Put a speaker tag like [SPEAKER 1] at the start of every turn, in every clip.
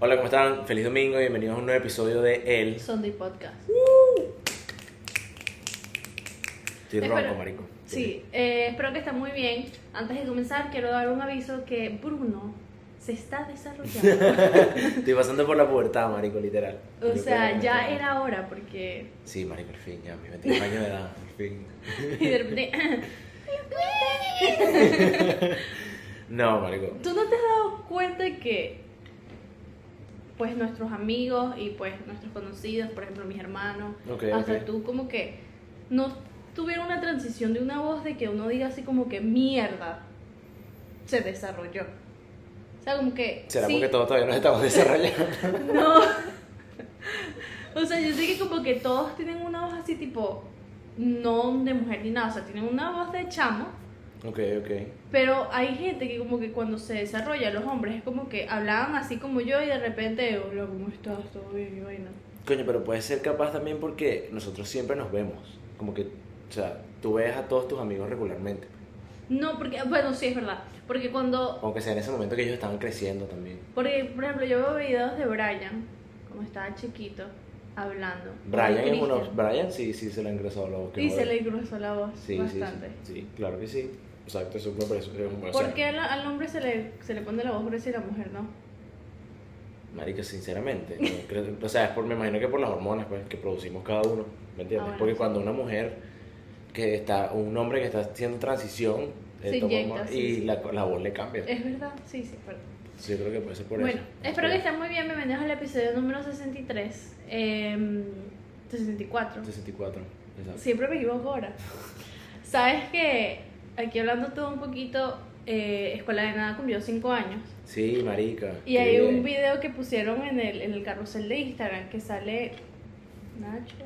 [SPEAKER 1] Hola, ¿cómo están? Feliz domingo, bienvenidos a un nuevo episodio de El.
[SPEAKER 2] Sunday Podcast.
[SPEAKER 1] Estoy
[SPEAKER 2] Espero-
[SPEAKER 1] ronco, marico.
[SPEAKER 2] Sí, eh, espero que estén muy bien. Antes de comenzar, quiero dar un aviso que Bruno se está desarrollando.
[SPEAKER 1] Estoy pasando por la pubertad, marico, literal.
[SPEAKER 2] o
[SPEAKER 1] Yo
[SPEAKER 2] sea,
[SPEAKER 1] creo que-
[SPEAKER 2] ya era hora porque...
[SPEAKER 1] Sí, marico, al fin, ya, mis 21 años de edad, al fin.
[SPEAKER 2] y de repente-
[SPEAKER 1] No, marico.
[SPEAKER 2] ¿Tú no te has dado cuenta que pues nuestros amigos y pues nuestros conocidos, por ejemplo mis hermanos,
[SPEAKER 1] Ok,
[SPEAKER 2] hasta
[SPEAKER 1] ok.
[SPEAKER 2] tú como que no tuvieron una transición de una voz de que uno diga así como que mierda, se desarrolló? O sea, como que...
[SPEAKER 1] ¿Será
[SPEAKER 2] sí,
[SPEAKER 1] porque todos todavía nos estamos desarrollando?
[SPEAKER 2] No. O sea, yo sé que como que todos tienen una voz así tipo, no de mujer ni nada, o sea, tienen una voz de chamo,
[SPEAKER 1] ok, ok.
[SPEAKER 2] pero hay gente que como que cuando se desarrolla los hombres es como que hablaban así como yo y de repente, hola, ¿cómo estás? ¿Todo bien? Y vaina.
[SPEAKER 1] Coño, pero puede ser capaz también porque nosotros siempre nos vemos. Como que, o sea, tú ves a todos tus amigos regularmente.
[SPEAKER 2] No, porque, bueno, sí, es verdad, porque cuando,
[SPEAKER 1] Aunque sea en ese momento que ellos estaban creciendo también.
[SPEAKER 2] porque, por ejemplo, yo veo videos de Brian, como estaba chiquito, hablando.
[SPEAKER 1] Brian
[SPEAKER 2] Con
[SPEAKER 1] es uno.
[SPEAKER 2] Christian.
[SPEAKER 1] Brian sí, sí se le ha ingresado a la boca.
[SPEAKER 2] Y se le cruzó la voz
[SPEAKER 1] Sí, sí,
[SPEAKER 2] bastante.
[SPEAKER 1] sí, sí, claro que sí. Exacto, eso me parece que es un buen
[SPEAKER 2] ¿Por
[SPEAKER 1] ser.
[SPEAKER 2] qué al, al hombre se le, se le pone la voz gruesa y a la mujer no?
[SPEAKER 1] Marico, sinceramente, no creo- o sea, es por, me imagino que por las hormonas pues, que producimos cada uno, ¿me entiendes?
[SPEAKER 2] Ah, bueno,
[SPEAKER 1] Porque
[SPEAKER 2] sí.
[SPEAKER 1] cuando una mujer que está, o un hombre que está haciendo transición, eh,
[SPEAKER 2] Se
[SPEAKER 1] toma
[SPEAKER 2] inyecta,
[SPEAKER 1] hormonas
[SPEAKER 2] sí,
[SPEAKER 1] y
[SPEAKER 2] sí.
[SPEAKER 1] La, la voz le cambia.
[SPEAKER 2] Es verdad, sí, sí, perdón.
[SPEAKER 1] Sí, yo creo que puede ser por
[SPEAKER 2] Bueno,
[SPEAKER 1] eso.
[SPEAKER 2] espero que estén muy bien. Bienvenidos al episodio número 63. Eh, 64.
[SPEAKER 1] 64, exacto.
[SPEAKER 2] Siempre me equivoco ahora. Sabes que aquí hablando todo un poquito, eh, Escuela de Nada cumplió 5 años.
[SPEAKER 1] Sí, marica.
[SPEAKER 2] Y
[SPEAKER 1] qué
[SPEAKER 2] hay un
[SPEAKER 1] bien.
[SPEAKER 2] video que pusieron en el, en el carrusel de Instagram que sale Nacho.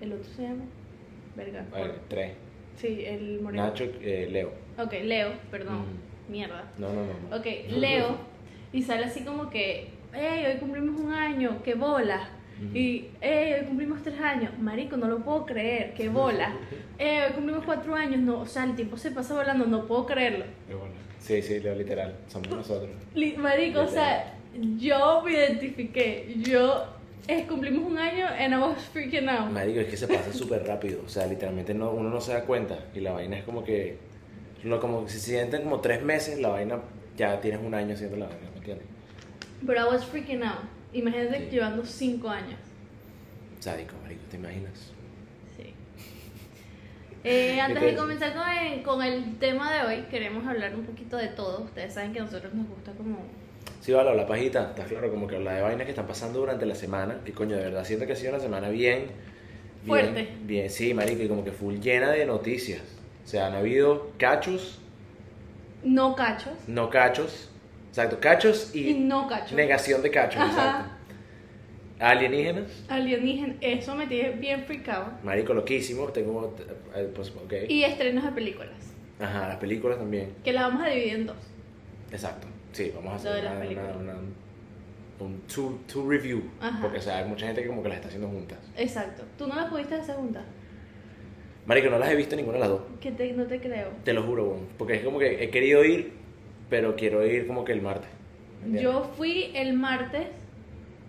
[SPEAKER 2] El otro se llama. Verga.
[SPEAKER 1] A ver, tres.
[SPEAKER 2] Sí, el moreno.
[SPEAKER 1] Nacho, Mm. eh, Leo.
[SPEAKER 2] Ok, Leo, perdón.
[SPEAKER 1] Ujú.
[SPEAKER 2] Mierda.
[SPEAKER 1] No, no, no. no.
[SPEAKER 2] Ok, leo y sale así como que, hey, hoy cumplimos un año, qué bola.
[SPEAKER 1] Ujú.
[SPEAKER 2] Y, hey, hoy cumplimos tres años, marico, no lo puedo creer, qué bola. Eh, hoy cumplimos cuatro años, no, o sea, el tiempo se pasa volando, no puedo creerlo.
[SPEAKER 1] Qué bueno. Sí, sí, Leo, literal. Somos nosotros.
[SPEAKER 2] Li- Marico, o sea, yo me identifiqué, yo eh, cumplimos un año and I was freaking out.
[SPEAKER 1] Marico, es que se pasa súper rápido. O sea, literalmente no, uno no se da cuenta. Y la vaina es como que. Lo, como que si se sienten como tres meses, la vaina ya tienes un año haciendo la vaina, ¿me entiendes?
[SPEAKER 2] Pero I was freaking out. Imagínate
[SPEAKER 1] Sí.
[SPEAKER 2] llevando cinco años.
[SPEAKER 1] Sádico, marico, ¿te imaginas?
[SPEAKER 2] Sí. Eh, antes de
[SPEAKER 1] Entonces-
[SPEAKER 2] comenzar con el, con el tema de hoy, queremos hablar un poquito de todo. Ustedes saben que a nosotros nos gusta como...
[SPEAKER 1] Sí, vale, la pajita, está claro, como que habla de vainas que están pasando durante la semana. Que coño, de verdad siento que ha sido una semana bien. bien-
[SPEAKER 2] Fuerte.
[SPEAKER 1] Bien, sí, marico, y como que full llena de noticias. O sea, han habido cachos,
[SPEAKER 2] No cachos
[SPEAKER 1] no cachos. Exacto, cachos
[SPEAKER 2] y,
[SPEAKER 1] y,
[SPEAKER 2] no cachos.
[SPEAKER 1] negación de cachos,
[SPEAKER 2] Ajá.
[SPEAKER 1] exacto. Alienígenas.
[SPEAKER 2] Alienígena, eso me tiene bien fricado.
[SPEAKER 1] Marico, loquísimo. Tengo. eh, Pues, ok.
[SPEAKER 2] Y estrenos de películas,
[SPEAKER 1] Ajá, las películas también.
[SPEAKER 2] que las vamos a dividir en dos.
[SPEAKER 1] Exacto. Sí, vamos a
[SPEAKER 2] Lo
[SPEAKER 1] hacer
[SPEAKER 2] de las
[SPEAKER 1] una,
[SPEAKER 2] películas.
[SPEAKER 1] una- una- un two, two review.
[SPEAKER 2] Ajá.
[SPEAKER 1] Porque, o sea, hay mucha gente que como que las está haciendo juntas.
[SPEAKER 2] Exacto. Tú no las pudiste hacer juntas.
[SPEAKER 1] Marico, no las he visto ninguna de las dos.
[SPEAKER 2] Que te- no te creo.
[SPEAKER 1] Te lo juro, weón. Porque es como que he querido ir, pero quiero ir como que el martes. ¿entiendes?
[SPEAKER 2] Yo fui el martes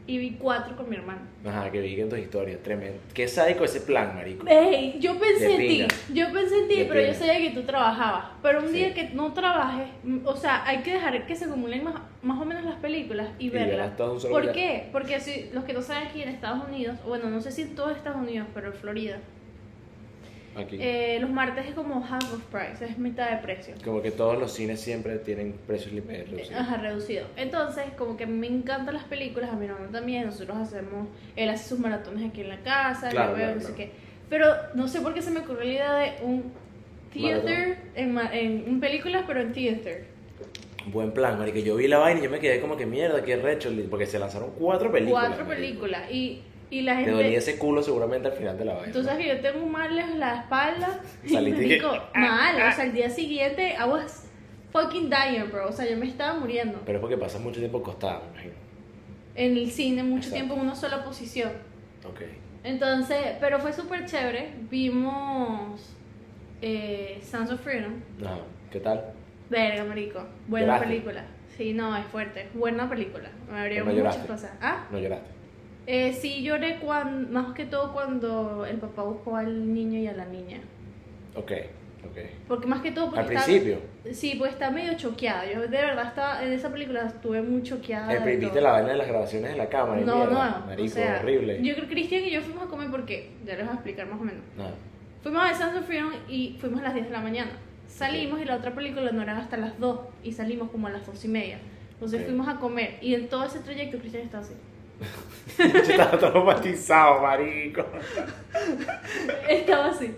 [SPEAKER 2] y vi cuatro con mi hermano.
[SPEAKER 1] Ajá, que vi en tus historias. Tremendo. Qué sádico ese plan, marico.
[SPEAKER 2] Ey, yo pensé
[SPEAKER 1] De
[SPEAKER 2] en ti, yo pensé en ti,
[SPEAKER 1] De
[SPEAKER 2] pero yo
[SPEAKER 1] pinga.
[SPEAKER 2] sabía que tú trabajabas. Pero un
[SPEAKER 1] Sí.
[SPEAKER 2] día que no trabajes, mm, o sea, hay que dejar que se acumulen más, más o menos las películas y,
[SPEAKER 1] Y verlas
[SPEAKER 2] verlas.
[SPEAKER 1] todas de un solo
[SPEAKER 2] ¿Por
[SPEAKER 1] día.
[SPEAKER 2] qué? Porque si, los que no saben aquí en Estados Unidos, bueno, no sé si en todo Estados Unidos, pero en Florida,
[SPEAKER 1] Aquí.
[SPEAKER 2] eh, los martes es como half of price, es mitad de precio.
[SPEAKER 1] Como que todos los cines siempre tienen precios lim- eh, reducidos.
[SPEAKER 2] Ajá, reducido. Entonces, como que a mí me encantan las películas, a mi hermano también, nosotros hacemos, él hace sus maratones aquí en la casa,
[SPEAKER 1] Claro,
[SPEAKER 2] yo veo,
[SPEAKER 1] claro,
[SPEAKER 2] no sé
[SPEAKER 1] claro.
[SPEAKER 2] qué. Pero no sé por qué se me ocurrió la idea de un theater en, ma- en, en películas, pero en theater.
[SPEAKER 1] Buen plan, marico. Yo vi la vaina y yo me quedé como que mierda, qué recho. Porque se lanzaron cuatro películas.
[SPEAKER 2] Cuatro
[SPEAKER 1] marico.
[SPEAKER 2] películas. Y, y la
[SPEAKER 1] Te dolía
[SPEAKER 2] gente...
[SPEAKER 1] ese culo seguramente al final de la vaina.
[SPEAKER 2] Tú sabes que yo tengo mal en la espalda.
[SPEAKER 1] Saliste y que- ah,
[SPEAKER 2] marico, mal. O sea, el día siguiente I was fucking dying, bro. O sea, yo me estaba muriendo.
[SPEAKER 1] Pero es porque pasas mucho tiempo acostada, me imagino.
[SPEAKER 2] En el cine, mucho
[SPEAKER 1] Exacto.
[SPEAKER 2] tiempo en una sola posición.
[SPEAKER 1] Ok.
[SPEAKER 2] Entonces, pero fue súper chévere. Vimos eh, Sons of Freedom.
[SPEAKER 1] Ajá. ¿Qué tal?
[SPEAKER 2] Verga, marico. Buena
[SPEAKER 1] Lloraste.
[SPEAKER 2] película. Sí, no, es fuerte. Buena película. Me
[SPEAKER 1] Pero
[SPEAKER 2] abrió
[SPEAKER 1] Pues no
[SPEAKER 2] muchas
[SPEAKER 1] lloraste.
[SPEAKER 2] cosas. ¿Ah?
[SPEAKER 1] No lloraste.
[SPEAKER 2] Eh, sí, lloré cuan- más que todo cuando el papá buscó al niño y a la niña.
[SPEAKER 1] Ok, ok.
[SPEAKER 2] Porque más que todo porque
[SPEAKER 1] Al
[SPEAKER 2] estaba-
[SPEAKER 1] principio,
[SPEAKER 2] Sí, pues está medio choqueada. Yo de verdad estaba en esa película estuve muy choqueada.
[SPEAKER 1] eh,
[SPEAKER 2] de
[SPEAKER 1] pri-
[SPEAKER 2] todo.
[SPEAKER 1] viste la vaina de las grabaciones de la cámara. y
[SPEAKER 2] No,
[SPEAKER 1] mierda,
[SPEAKER 2] no.
[SPEAKER 1] Marico,
[SPEAKER 2] o sea,
[SPEAKER 1] horrible.
[SPEAKER 2] Yo creo que Cristian y yo fuimos a comer porque ya les voy a explicar más o menos.
[SPEAKER 1] No,
[SPEAKER 2] Fuimos a San Freedom y fuimos a las 10 de la mañana. Salimos y la otra película no era hasta las 2 y salimos como a las 2 y media. Entonces
[SPEAKER 1] Ok.
[SPEAKER 2] fuimos a comer y en todo ese trayecto Cristian estaba así.
[SPEAKER 1] yo estaba traumatizado, marico.
[SPEAKER 2] Estaba así.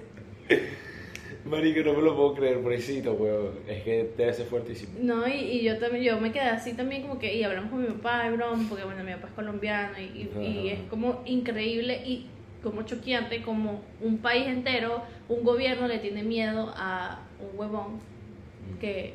[SPEAKER 1] Marico, no me lo puedo creer, pobrecito, weón. Es que debe ser fuertísimo.
[SPEAKER 2] No, y, y yo también, yo me quedé así también como que, y hablamos con mi papá, y broma, porque bueno, mi papá es colombiano, y, y- y
[SPEAKER 1] Ajá.
[SPEAKER 2] es como increíble y como choqueante, como un país entero, un gobierno le tiene miedo a un huevón que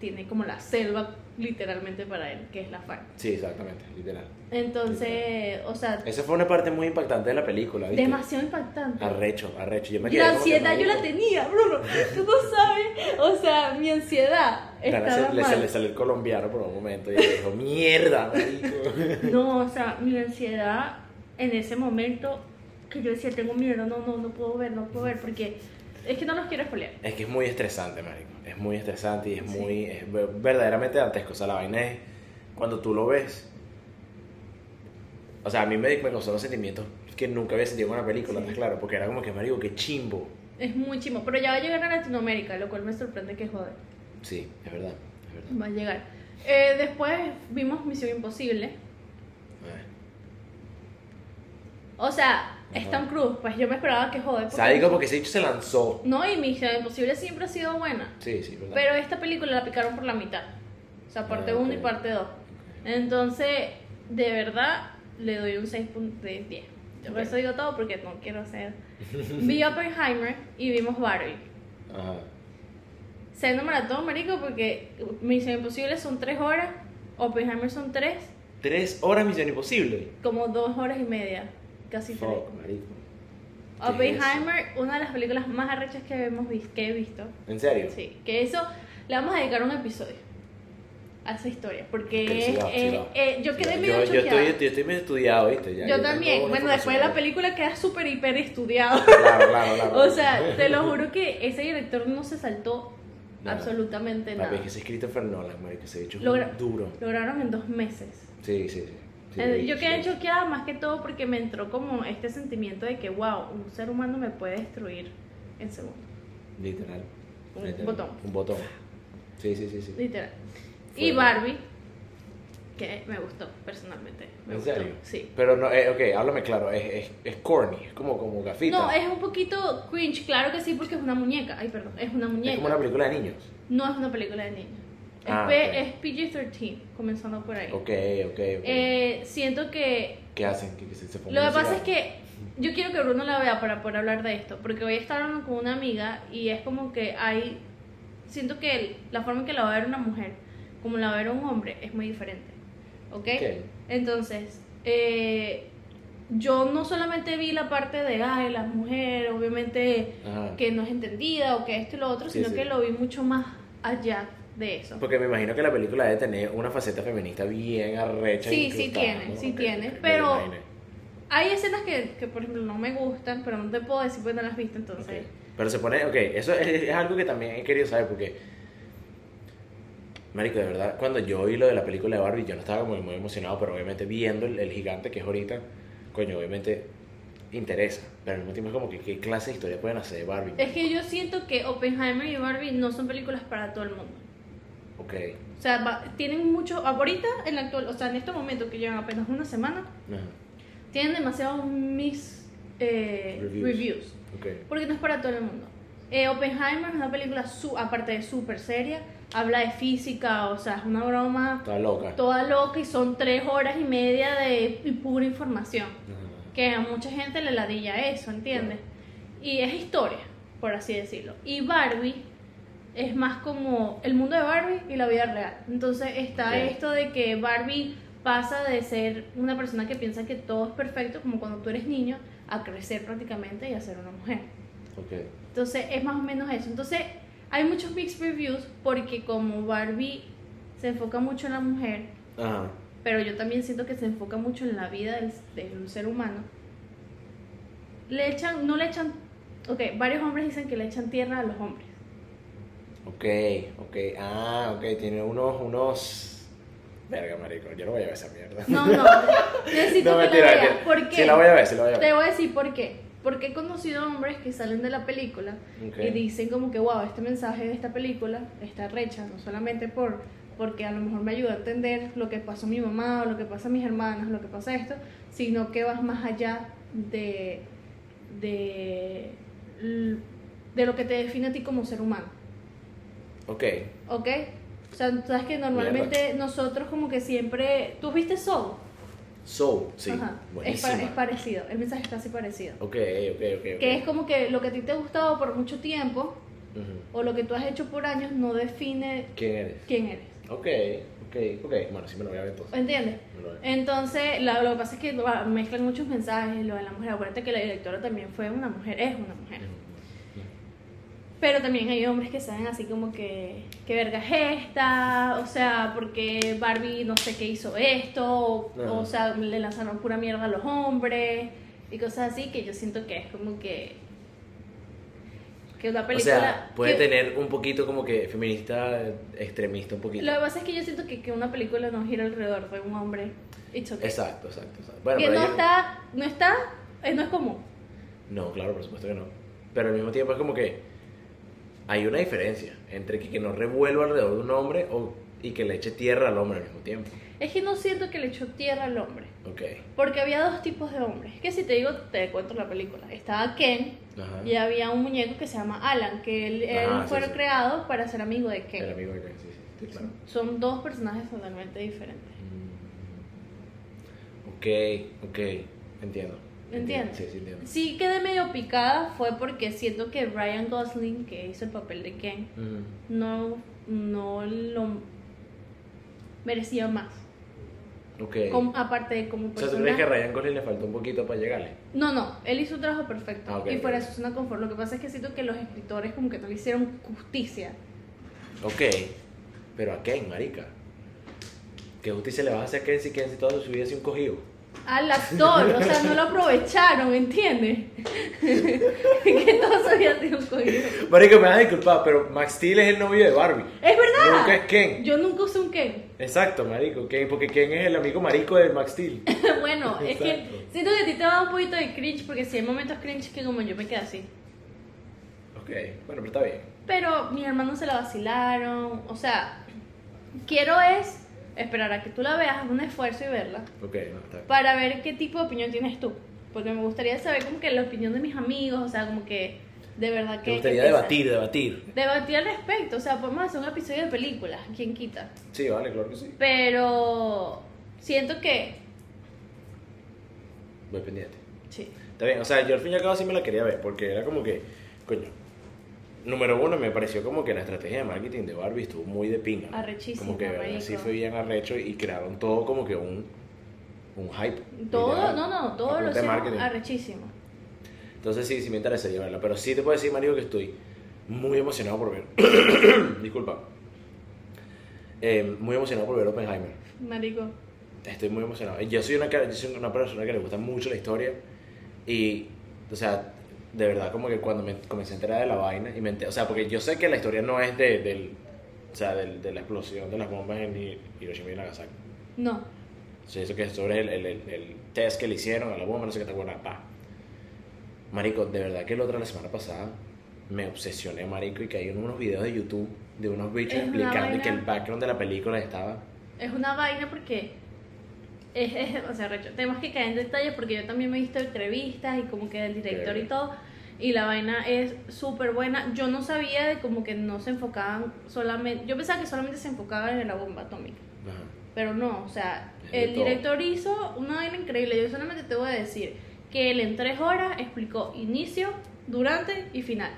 [SPEAKER 2] tiene como la selva literalmente para él, que es la FARC.
[SPEAKER 1] Sí, exactamente, literal.
[SPEAKER 2] Entonces, o sea,
[SPEAKER 1] Esa fue una parte muy impactante de la película, ¿viste?
[SPEAKER 2] demasiado impactante.
[SPEAKER 1] Arrecho, arrecho. Yo me quedé
[SPEAKER 2] La
[SPEAKER 1] como que,
[SPEAKER 2] ansiedad yo la
[SPEAKER 1] marico,
[SPEAKER 2] tenía, Bruno, tú no sabes, o sea, mi ansiedad
[SPEAKER 1] Dana se-
[SPEAKER 2] estaba
[SPEAKER 1] le,
[SPEAKER 2] mal.
[SPEAKER 1] sale, sale el colombiano por un momento y le dijo, mierda, marico.
[SPEAKER 2] No, o sea, mi ansiedad en ese momento que yo decía, tengo miedo, no, no, no puedo ver, no puedo ver, porque es que no los quiero spoilear.
[SPEAKER 1] Es que es muy estresante, marico. Es muy estresante y es
[SPEAKER 2] Sí.
[SPEAKER 1] muy... Es ver- verdaderamente dantesco. O sea, la vaina es... Cuando tú lo ves... O sea, a mí me, me causó los sentimientos que nunca había sentido en una película,
[SPEAKER 2] Sí.
[SPEAKER 1] ¿estás claro? Porque era como que, marico, qué chimbo.
[SPEAKER 2] Es muy chimo, pero ya va a llegar a Latinoamérica, lo cual me sorprende que joder,
[SPEAKER 1] Sí, es verdad, es verdad.
[SPEAKER 2] va a llegar. Eh, después vimos Misión Imposible,
[SPEAKER 1] Eh.
[SPEAKER 2] o sea, es
[SPEAKER 1] Ajá.
[SPEAKER 2] Tom Cruise, pues yo me esperaba que joder. porque-
[SPEAKER 1] Ah. Sádico porque ese dicho se lanzó.
[SPEAKER 2] No, y Misión Imposible siempre ha sido buena,
[SPEAKER 1] Sí, sí, verdad.
[SPEAKER 2] pero esta película la picaron por la mitad, o sea, parte
[SPEAKER 1] Ah,
[SPEAKER 2] 1
[SPEAKER 1] ok.
[SPEAKER 2] y parte 2. Entonces, de verdad, le doy un 6 pun- de 10. Yo por
[SPEAKER 1] Ok.
[SPEAKER 2] eso digo todo porque no quiero hacer. Vi Oppenheimer y vimos Barbie.
[SPEAKER 1] Ajá.
[SPEAKER 2] Sendo maratón, marico, porque Misión Imposible son 3 horas, Oppenheimer son 3,
[SPEAKER 1] Tres horas Misión Imposible.
[SPEAKER 2] como 2 horas y media, casi 3.
[SPEAKER 1] Fuck, marico. ¿qué es
[SPEAKER 2] Oppenheimer, una de las películas más arrechas que, hemos vis- que he visto.
[SPEAKER 1] ¿En serio?
[SPEAKER 2] Sí, que eso le vamos a dedicar un episodio a esa historia, porque
[SPEAKER 1] Ok, sí va, sí
[SPEAKER 2] es-
[SPEAKER 1] va.
[SPEAKER 2] es- yo quedé
[SPEAKER 1] yo,
[SPEAKER 2] medio
[SPEAKER 1] yo
[SPEAKER 2] choqueada.
[SPEAKER 1] estoy, yo estoy medio estudiado, ¿viste? Ya,
[SPEAKER 2] yo
[SPEAKER 1] tengo
[SPEAKER 2] también.
[SPEAKER 1] una
[SPEAKER 2] Bueno, después de la
[SPEAKER 1] información.
[SPEAKER 2] película queda súper hiper estudiado.
[SPEAKER 1] Claro, claro, claro.
[SPEAKER 2] O sea, te lo juro que ese director no se saltó
[SPEAKER 1] Nada.
[SPEAKER 2] absolutamente
[SPEAKER 1] Papi,
[SPEAKER 2] nada.
[SPEAKER 1] es que ese es Christopher Nolan, marico, ese bicho es
[SPEAKER 2] Logra-
[SPEAKER 1] un duro.
[SPEAKER 2] Lograron en dos meses.
[SPEAKER 1] Sí, sí, sí. Sí,
[SPEAKER 2] Eh, Yo
[SPEAKER 1] sí.
[SPEAKER 2] quedé choqueada más que todo porque me entró como este sentimiento de que, wow, un ser humano me puede destruir en segundos.
[SPEAKER 1] Literal.
[SPEAKER 2] Un
[SPEAKER 1] Literal.
[SPEAKER 2] botón.
[SPEAKER 1] Un botón. Sí, sí, sí, sí.
[SPEAKER 2] Literal.
[SPEAKER 1] Fue-
[SPEAKER 2] y Barbie, que me gustó personalmente. Me
[SPEAKER 1] ¿En
[SPEAKER 2] gustó.
[SPEAKER 1] serio?
[SPEAKER 2] Sí.
[SPEAKER 1] Pero no, eh, ok, háblame claro, es, es, es corny, es como, como gafita.
[SPEAKER 2] No, es un poquito cringe, claro que sí, porque es una muñeca. Ay, perdón, es una muñeca.
[SPEAKER 1] Es como una película de niños.
[SPEAKER 2] No es una película de niños. Es,
[SPEAKER 1] Ah,
[SPEAKER 2] P-
[SPEAKER 1] ok.
[SPEAKER 2] es PG-13, comenzando por ahí.
[SPEAKER 1] Ok, ok, ok.
[SPEAKER 2] Eh, siento que
[SPEAKER 1] ¿Qué hacen? ¿Qué, qué se, se fuman
[SPEAKER 2] lo que
[SPEAKER 1] un
[SPEAKER 2] pasa es
[SPEAKER 1] cigarro?
[SPEAKER 2] que yo quiero que Bruno la vea para poder hablar de esto, porque hoy estaba hablando con una amiga y es como que hay, siento que el- la forma en que la va a ver una mujer, como la va a ver un hombre, es muy diferente, ¿ok?
[SPEAKER 1] Ok.
[SPEAKER 2] Entonces, eh, yo no solamente vi la parte de, ay, la mujer, obviamente
[SPEAKER 1] Ajá.
[SPEAKER 2] que no es entendida o que esto y lo otro,
[SPEAKER 1] Sí,
[SPEAKER 2] sino
[SPEAKER 1] sí.
[SPEAKER 2] que lo vi mucho más allá de eso.
[SPEAKER 1] Porque me imagino que la película debe tener una faceta feminista bien arrecha. e
[SPEAKER 2] Sí,
[SPEAKER 1] incrustada,
[SPEAKER 2] sí tiene, sí
[SPEAKER 1] Ok,
[SPEAKER 2] tiene,
[SPEAKER 1] ok, me
[SPEAKER 2] pero-
[SPEAKER 1] lo imaginé.
[SPEAKER 2] Hay escenas que, que, por ejemplo, no me gustan, pero no te puedo decir porque no las viste, entonces...
[SPEAKER 1] Ok. Pero se pone, ok, eso es, es algo que también he querido saber porque, Marico, de verdad, cuando yo vi lo de la película de Barbie, yo no estaba como muy emocionado, pero obviamente viendo el, el gigante que es ahorita, coño, obviamente interesa, pero al mismo tiempo es como que qué clase de historia pueden hacer de Barbie.
[SPEAKER 2] Es que yo siento que Oppenheimer y Barbie no son películas para todo el mundo.
[SPEAKER 1] Ok,
[SPEAKER 2] O sea, va- tienen mucho. Ahorita, en la actual, o sea, en este momento que llevan apenas una semana,
[SPEAKER 1] ajá,
[SPEAKER 2] tienen demasiados mix eh,
[SPEAKER 1] Reviews.
[SPEAKER 2] reviews.
[SPEAKER 1] ok,
[SPEAKER 2] Porque no es para todo el mundo. Eh, Oppenheimer es una película, su, aparte de súper seria, habla de física, o sea, es una broma
[SPEAKER 1] estaba loca.
[SPEAKER 2] toda loca y son tres horas y media de pura información.
[SPEAKER 1] Ajá.
[SPEAKER 2] que a mucha gente le ladilla eso, ¿entiendes? Y es historia, por así decirlo. Y Barbie es más como el mundo de Barbie y la vida real. Entonces está
[SPEAKER 1] Ok.
[SPEAKER 2] esto de que Barbie pasa de ser una persona que piensa que todo es perfecto, como cuando tú eres niño, a crecer prácticamente y a ser una mujer.
[SPEAKER 1] Ok,
[SPEAKER 2] Entonces es más o menos eso. Entonces hay muchos mixed reviews porque como Barbie se enfoca mucho en la mujer,
[SPEAKER 1] Ajá.
[SPEAKER 2] pero yo también siento que se enfoca mucho en la vida del, de un ser humano. Le echan, no le echan, ok, varios hombres dicen que le echan tierra a los hombres.
[SPEAKER 1] Ok, ok. Ah, ok. Tiene unos, unos. Verga, marico. Yo no voy a ver esa mierda.
[SPEAKER 2] No, no, necesito
[SPEAKER 1] No,
[SPEAKER 2] que
[SPEAKER 1] mentira,
[SPEAKER 2] la veas.
[SPEAKER 1] mentira.
[SPEAKER 2] ¿Por qué?
[SPEAKER 1] Sí, la voy a ver, sí la voy a
[SPEAKER 2] Te
[SPEAKER 1] ver.
[SPEAKER 2] voy a decir por qué. Porque he conocido hombres que salen de la película
[SPEAKER 1] Ok.
[SPEAKER 2] y dicen como que, wow, este mensaje de esta película está recha, no solamente por porque a lo mejor me ayuda a entender lo que pasó a mi mamá o lo que pasa a mis hermanas, lo que pasa a esto, sino que vas más allá de, de, de lo que te define a ti como ser humano.
[SPEAKER 1] Ok.
[SPEAKER 2] ¿Ok? O sea, tú sabes que normalmente nosotros como que siempre... ¿Tú viste Soul?
[SPEAKER 1] Soul, sí.
[SPEAKER 2] Ajá. Es,
[SPEAKER 1] Buenísima.
[SPEAKER 2] pa- es parecido, el mensaje es casi parecido.
[SPEAKER 1] Ok, ok, ok. ok.
[SPEAKER 2] Que es como que lo que a ti te ha gustado por mucho tiempo
[SPEAKER 1] Ujú.
[SPEAKER 2] o lo que tú has hecho por años no define
[SPEAKER 1] ¿Quién eres?
[SPEAKER 2] quién eres.
[SPEAKER 1] Ok, ok, ok. Bueno, sí me lo voy a ver entonces.
[SPEAKER 2] ¿Entiendes?
[SPEAKER 1] Me lo voy a ver.
[SPEAKER 2] Entonces, la- lo que pasa es que va- mezclan muchos mensajes, lo de la mujer. Acuérdate que la directora también fue una mujer, es una mujer. Pero también hay hombres que saben así como que, qué verga es esta, o sea, porque Barbie no sé qué hizo esto, o,
[SPEAKER 1] Ajá.
[SPEAKER 2] o sea, le lanzaron pura mierda a los hombres y cosas así que yo siento que es como que. que una
[SPEAKER 1] O
[SPEAKER 2] película.
[SPEAKER 1] sea, puede
[SPEAKER 2] que-
[SPEAKER 1] tener un poquito como que feminista, eh, extremista, un poquito.
[SPEAKER 2] Lo que pasa es que yo siento que, que una película no gira alrededor de un hombre. It's okay.
[SPEAKER 1] Exacto, exacto, exacto. Bueno,
[SPEAKER 2] que
[SPEAKER 1] pero
[SPEAKER 2] no
[SPEAKER 1] yo-
[SPEAKER 2] está, no está, eh, no es común.
[SPEAKER 1] No, claro, por supuesto que no. Pero al mismo tiempo es como que hay una diferencia entre que, que no revuelva alrededor de un hombre o, y que le eche tierra al hombre al mismo tiempo.
[SPEAKER 2] Es que no siento que le echó tierra al hombre.
[SPEAKER 1] Ok.
[SPEAKER 2] Porque había dos tipos de hombres. Que si te digo, te cuento la película. Estaba Ken
[SPEAKER 1] Ajá.
[SPEAKER 2] y había un muñeco que se llama Alan, que él, él
[SPEAKER 1] Ajá, Ah. sí,
[SPEAKER 2] fue
[SPEAKER 1] sí.
[SPEAKER 2] creado para ser amigo de Ken.
[SPEAKER 1] El amigo de Ken, sí, sí, sí, claro.
[SPEAKER 2] Son dos personajes totalmente diferentes.
[SPEAKER 1] Mm. Ok, ok, entiendo.
[SPEAKER 2] ¿Entiendes?
[SPEAKER 1] Sí, sí, entiendo.
[SPEAKER 2] Sí quedé medio picada fue porque siento que Ryan Gosling, que hizo el papel de Ken,
[SPEAKER 1] Ujú.
[SPEAKER 2] no, no lo merecía más.
[SPEAKER 1] Ok.
[SPEAKER 2] Como- aparte de como
[SPEAKER 1] O sea, ¿tú
[SPEAKER 2] persona.
[SPEAKER 1] crees que a Ryan Gosling le faltó un poquito para llegarle?
[SPEAKER 2] No, no, él hizo un trabajo perfecto.
[SPEAKER 1] Ah, ok,
[SPEAKER 2] y
[SPEAKER 1] ok.
[SPEAKER 2] fuera de su zona de confort. Lo que pasa es que siento que los escritores como que no le hicieron justicia.
[SPEAKER 1] Ok, pero a Ken, marica. ¿Qué justicia le vas a hacer a Ken si Ken si toda su vida es un cogido?
[SPEAKER 2] Al actor, o sea, no lo aprovecharon, ¿entiendes? que todos habían sido cogidos.
[SPEAKER 1] Marica, me vas a disculpar, pero Max Steel es el novio de Barbie.
[SPEAKER 2] ¡Es verdad!
[SPEAKER 1] Nunca es Ken.
[SPEAKER 2] Yo nunca usé un Ken.
[SPEAKER 1] Exacto, marico, Ken, porque Ken es el amigo marico de Max Steel.
[SPEAKER 2] bueno, es
[SPEAKER 1] Exacto.
[SPEAKER 2] que siento que a ti te va un poquito de cringe porque si hay momentos cringe que como yo me quedé así.
[SPEAKER 1] Ok, bueno, pero está bien.
[SPEAKER 2] Pero mis hermanos se la vacilaron. O sea, quiero es esperar a que tú la veas, haz un esfuerzo y verla.
[SPEAKER 1] Ok, no, está bien.
[SPEAKER 2] Para ver qué tipo de opinión tienes tú. Porque me gustaría saber como que la opinión de mis amigos, o sea, como que de verdad que...
[SPEAKER 1] Te gustaría
[SPEAKER 2] que piensan.
[SPEAKER 1] debatir, debatir.
[SPEAKER 2] Debatir al respecto, o sea, podemos hacer un episodio de películas, quién quita.
[SPEAKER 1] Sí, vale, claro que sí.
[SPEAKER 2] Pero siento que...
[SPEAKER 1] Voy pendiente.
[SPEAKER 2] Sí.
[SPEAKER 1] Está bien, o sea, yo al fin y al cabo sí me la quería ver, porque era como que, coño. Número uno, me pareció como que la estrategia de marketing de Barbie estuvo muy de pinga. ¿no?
[SPEAKER 2] Arrechísima,
[SPEAKER 1] Como que de verdad,
[SPEAKER 2] marico.
[SPEAKER 1] sí fue bien arrecho y crearon todo como que un, un hype.
[SPEAKER 2] Todo,
[SPEAKER 1] literal.
[SPEAKER 2] no, no,
[SPEAKER 1] A
[SPEAKER 2] todo lo
[SPEAKER 1] punta de
[SPEAKER 2] hicieron
[SPEAKER 1] marketing.
[SPEAKER 2] arrechísimo.
[SPEAKER 1] Entonces sí, sí me interesaría verla. Pero sí te puedo decir, Mario, que estoy muy emocionado por ver. Disculpa. Eh, muy emocionado por ver Oppenheimer.
[SPEAKER 2] Marico.
[SPEAKER 1] Estoy muy emocionado. Yo soy una, cara- yo soy una persona que le gusta mucho la historia. Y, o sea, de verdad, como que cuando me comencé a enterar de la vaina, y me enter- o sea, porque yo sé que la historia no es de, del, o sea, del- de la explosión de las bombas en Hi- Hiroshima y Nagasaki.
[SPEAKER 2] No.
[SPEAKER 1] O sea, eso que es sobre el, el, el- el test que le hicieron a la bomba, no sé qué te acuerdas, pa. Marico, de verdad que la otra la semana pasada me obsesioné, marico, y caí en unos videos de YouTube de unos bichos
[SPEAKER 2] Es una
[SPEAKER 1] explicando
[SPEAKER 2] vaina.
[SPEAKER 1] que el background de la película estaba...
[SPEAKER 2] Es una vaina porque es, es o sea, recho. Tenemos que caer en detalle porque yo también me he visto entrevistas y como que del director y
[SPEAKER 1] Ok.
[SPEAKER 2] todo. Y la vaina es súper buena. Yo no sabía de como que no se enfocaban solamente. Yo pensaba que solamente se enfocaban en la bomba atómica.
[SPEAKER 1] Ajá.
[SPEAKER 2] Pero no, o sea,
[SPEAKER 1] Es de
[SPEAKER 2] el
[SPEAKER 1] todo.
[SPEAKER 2] director hizo una vaina increíble. Yo solamente te voy a decir que él en tres horas explicó inicio, durante y final.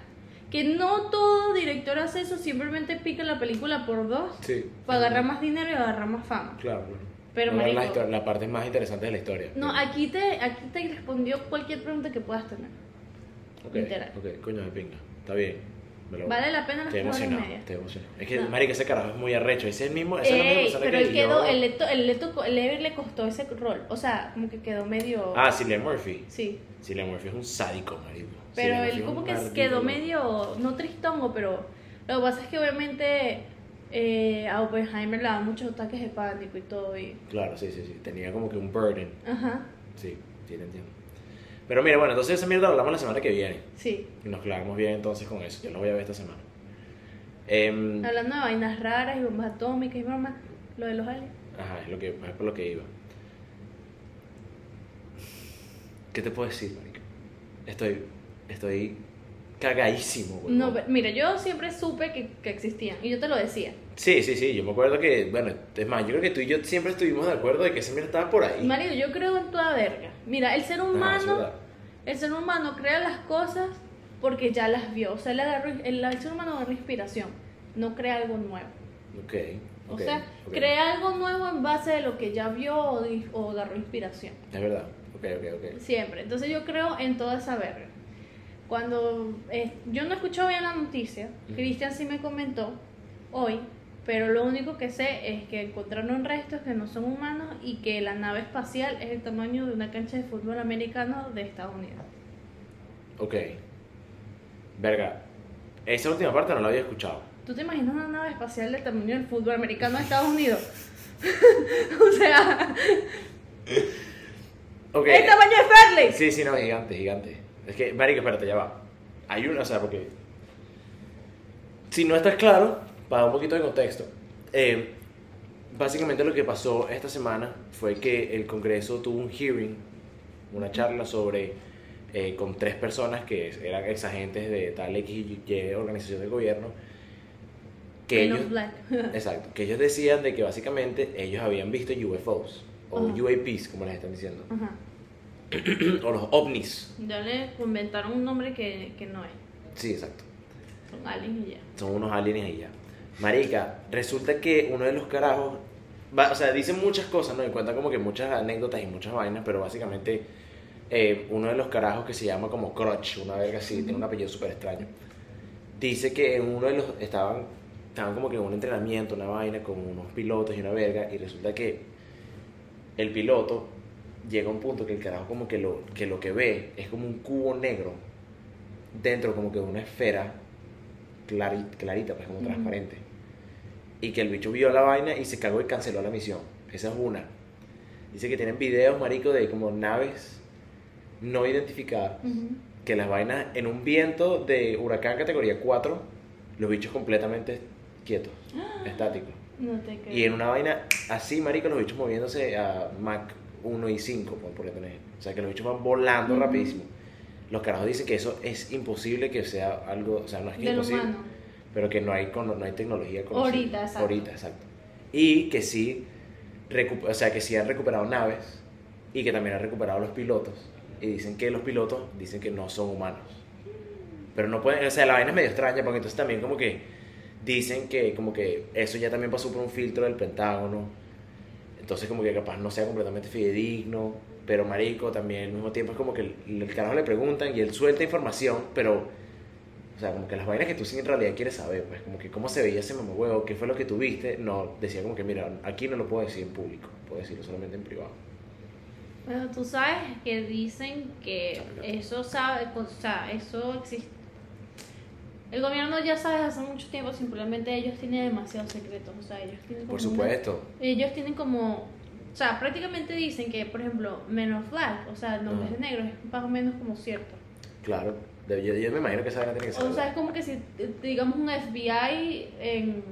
[SPEAKER 2] Que no todo director hace eso, simplemente pica la película por dos
[SPEAKER 1] Sí.
[SPEAKER 2] para agarrar más dinero y agarrar más fama.
[SPEAKER 1] Claro.
[SPEAKER 2] Pero,
[SPEAKER 1] No, la,
[SPEAKER 2] marico-
[SPEAKER 1] histo- la parte más interesante de la historia.
[SPEAKER 2] No, aquí te, aquí te respondió cualquier pregunta que puedas tener.
[SPEAKER 1] Ok,
[SPEAKER 2] literal.
[SPEAKER 1] ok, coño de pinga. Está bien. me lo-
[SPEAKER 2] Vale la pena las
[SPEAKER 1] Estoy
[SPEAKER 2] tres horas y
[SPEAKER 1] emocionado,
[SPEAKER 2] media.
[SPEAKER 1] estoy emocionado. Es que,
[SPEAKER 2] No.
[SPEAKER 1] marica, ese carajo es muy arrecho. Ese es el mismo, esa es la misma
[SPEAKER 2] Ey,
[SPEAKER 1] persona
[SPEAKER 2] pero
[SPEAKER 1] que
[SPEAKER 2] él quedó,
[SPEAKER 1] yo-
[SPEAKER 2] él le, to- él le tocó, él le, le costó ese rol, o sea, como que quedó medio...
[SPEAKER 1] Ah, Cillian Murphy.
[SPEAKER 2] Sí,
[SPEAKER 1] Cillian Murphy es un sádico, marico.
[SPEAKER 2] pero
[SPEAKER 1] Cillian Murphy
[SPEAKER 2] él
[SPEAKER 1] es
[SPEAKER 2] como
[SPEAKER 1] un
[SPEAKER 2] que
[SPEAKER 1] maldito
[SPEAKER 2] quedó
[SPEAKER 1] loco.
[SPEAKER 2] medio, no tristongo, pero lo que pasa es que obviamente eh, a Oppenheimer le daban muchos ataques de pánico y todo, y...
[SPEAKER 1] Claro, sí, sí, sí. Tenía como que un burden.
[SPEAKER 2] Ajá,
[SPEAKER 1] Sí, sí, te entiendo. Pero mira, bueno, entonces esa mierda hablamos la semana que viene.
[SPEAKER 2] sí.
[SPEAKER 1] Y nos clavamos bien entonces con eso. Yo lo voy a ver esta semana. Em,
[SPEAKER 2] Hablando de vainas raras y bombas atómicas y broma, lo de los aliens.
[SPEAKER 1] Ajá, es, lo que, es por lo que iba. ¿Qué te puedo decir, marica? Estoy, estoy cagadísimo, güey.
[SPEAKER 2] No, pero- mira, yo siempre supe que, que existían y yo te lo decía.
[SPEAKER 1] Sí, sí, sí, yo me acuerdo que, bueno, es más, yo creo que tú y yo siempre estuvimos de acuerdo de que esa mierda estaba por ahí.
[SPEAKER 2] Marido, yo creo en toda verga. Mira, el ser
[SPEAKER 1] Ajá, eso es
[SPEAKER 2] humano...
[SPEAKER 1] verdad.
[SPEAKER 2] El ser humano crea las cosas porque ya las vio. O sea, él agarró- el, el ser humano agarra inspiración, no crea algo nuevo.
[SPEAKER 1] Ok,
[SPEAKER 2] O
[SPEAKER 1] ok,
[SPEAKER 2] sea,
[SPEAKER 1] ok.
[SPEAKER 2] crea algo nuevo en base de lo que ya vio o, di- o agarró inspiración.
[SPEAKER 1] Es verdad, ok, ok, ok.
[SPEAKER 2] Siempre. Entonces yo creo en toda esa verga. Cuando eh, yo no escuché bien la noticia,
[SPEAKER 1] Ujú.
[SPEAKER 2] Cristian sí me comentó hoy, pero lo único que sé es que encontraron restos que no son humanos y que la nave espacial es el tamaño de una cancha de fútbol americano de Estados Unidos.
[SPEAKER 1] Ok. Verga, esa última parte no la había escuchado.
[SPEAKER 2] ¿Tú te imaginas una nave espacial del tamaño del fútbol americano de Estados Unidos? o sea,
[SPEAKER 1] Ok.
[SPEAKER 2] el tamaño de Fairley.
[SPEAKER 1] Sí, sí, no, gigante, gigante. Es que, marico, espérate, ya va. Hay una, o sea, porque... Si no estás claro, para dar un poquito de contexto. eh, básicamente lo que pasó esta semana fue que el Congreso tuvo un hearing, una charla sobre... eh, con tres personas que eran ex agentes de tal X y Y organización del gobierno. Que
[SPEAKER 2] Menos
[SPEAKER 1] ellos,
[SPEAKER 2] Black.
[SPEAKER 1] exacto, que ellos decían de que básicamente ellos habían visto UFOs o
[SPEAKER 2] Ajá.
[SPEAKER 1] UAPs, como les están diciendo,
[SPEAKER 2] Ajá.
[SPEAKER 1] o los ovnis.
[SPEAKER 2] Ya le inventaron un nombre que, que no es.
[SPEAKER 1] Sí, exacto.
[SPEAKER 2] Son aliens y ya.
[SPEAKER 1] Son unos aliens y ya. Marica, resulta que uno de los carajos. va- o sea, dicen muchas cosas, ¿no? Y cuentan como que muchas anécdotas y muchas vainas, pero básicamente eh, uno de los carajos que se llama como Crutch, una verga así, tiene un apellido súper extraño. Dice que en uno de los. Estaban, estaban como que en un entrenamiento, una vaina, con unos pilotos y una verga, y resulta que el piloto llega a un punto que el carajo como que lo que, lo que ve es como un cubo negro dentro como que de una esfera clari- clarita, pues como
[SPEAKER 2] Ujú.
[SPEAKER 1] transparente. Y que el bicho vio la vaina y se cagó y canceló la misión. Esa es una. Dice que tienen videos, marico, de como naves no identificadas.
[SPEAKER 2] Ujú.
[SPEAKER 1] Que las vainas en un viento de huracán categoría 4, los bichos completamente quietos, estáticos.
[SPEAKER 2] No te creo.
[SPEAKER 1] Y en una vaina así, marico, los bichos moviéndose a Mach 1 y 5, por poner un ejemplo. O sea, que los bichos van volando
[SPEAKER 2] Ujú.
[SPEAKER 1] rapidísimo. Los carajos dicen que eso es imposible que sea algo, o sea, no es que
[SPEAKER 2] Del
[SPEAKER 1] imposible,
[SPEAKER 2] humano.
[SPEAKER 1] pero que no hay, cono- no hay tecnología como
[SPEAKER 2] Ahorita, exacto.
[SPEAKER 1] Ahorita, exacto. Y que sí, recu- o sea, que sí han recuperado naves y que también han recuperado los pilotos. Y dicen que los pilotos dicen que no son humanos. Pero no pueden, o sea, la vaina es medio extraña porque entonces también como que dicen que como que eso ya también pasó por un filtro del Pentágono. Entonces como que capaz no sea completamente fidedigno, pero marico también al mismo tiempo es como que el, el carajo le preguntan y él suelta información, pero o sea, como que las vainas que tú sí en realidad quieres saber, pues como que cómo se veía ese mamagüevo, qué fue lo que tuviste, no, decía como que mira, aquí no lo puedo decir en público, puedo decirlo solamente en privado.
[SPEAKER 2] Bueno, tú sabes que dicen que eso sabe, o sea, eso existe. El gobierno ya sabe hace mucho tiempo, simplemente ellos tienen demasiados secretos. O sea, ellos tienen
[SPEAKER 1] Por
[SPEAKER 2] como una-
[SPEAKER 1] supuesto.
[SPEAKER 2] Ellos tienen como, o sea, prácticamente dicen que, por ejemplo, menos black, o sea, nombres
[SPEAKER 1] Ajá.
[SPEAKER 2] de negros es más o menos como cierto.
[SPEAKER 1] Claro, de- yo, yo me imagino que esa vaina tiene que ser.
[SPEAKER 2] O sea, es como que si, eh, digamos, un FBI, en,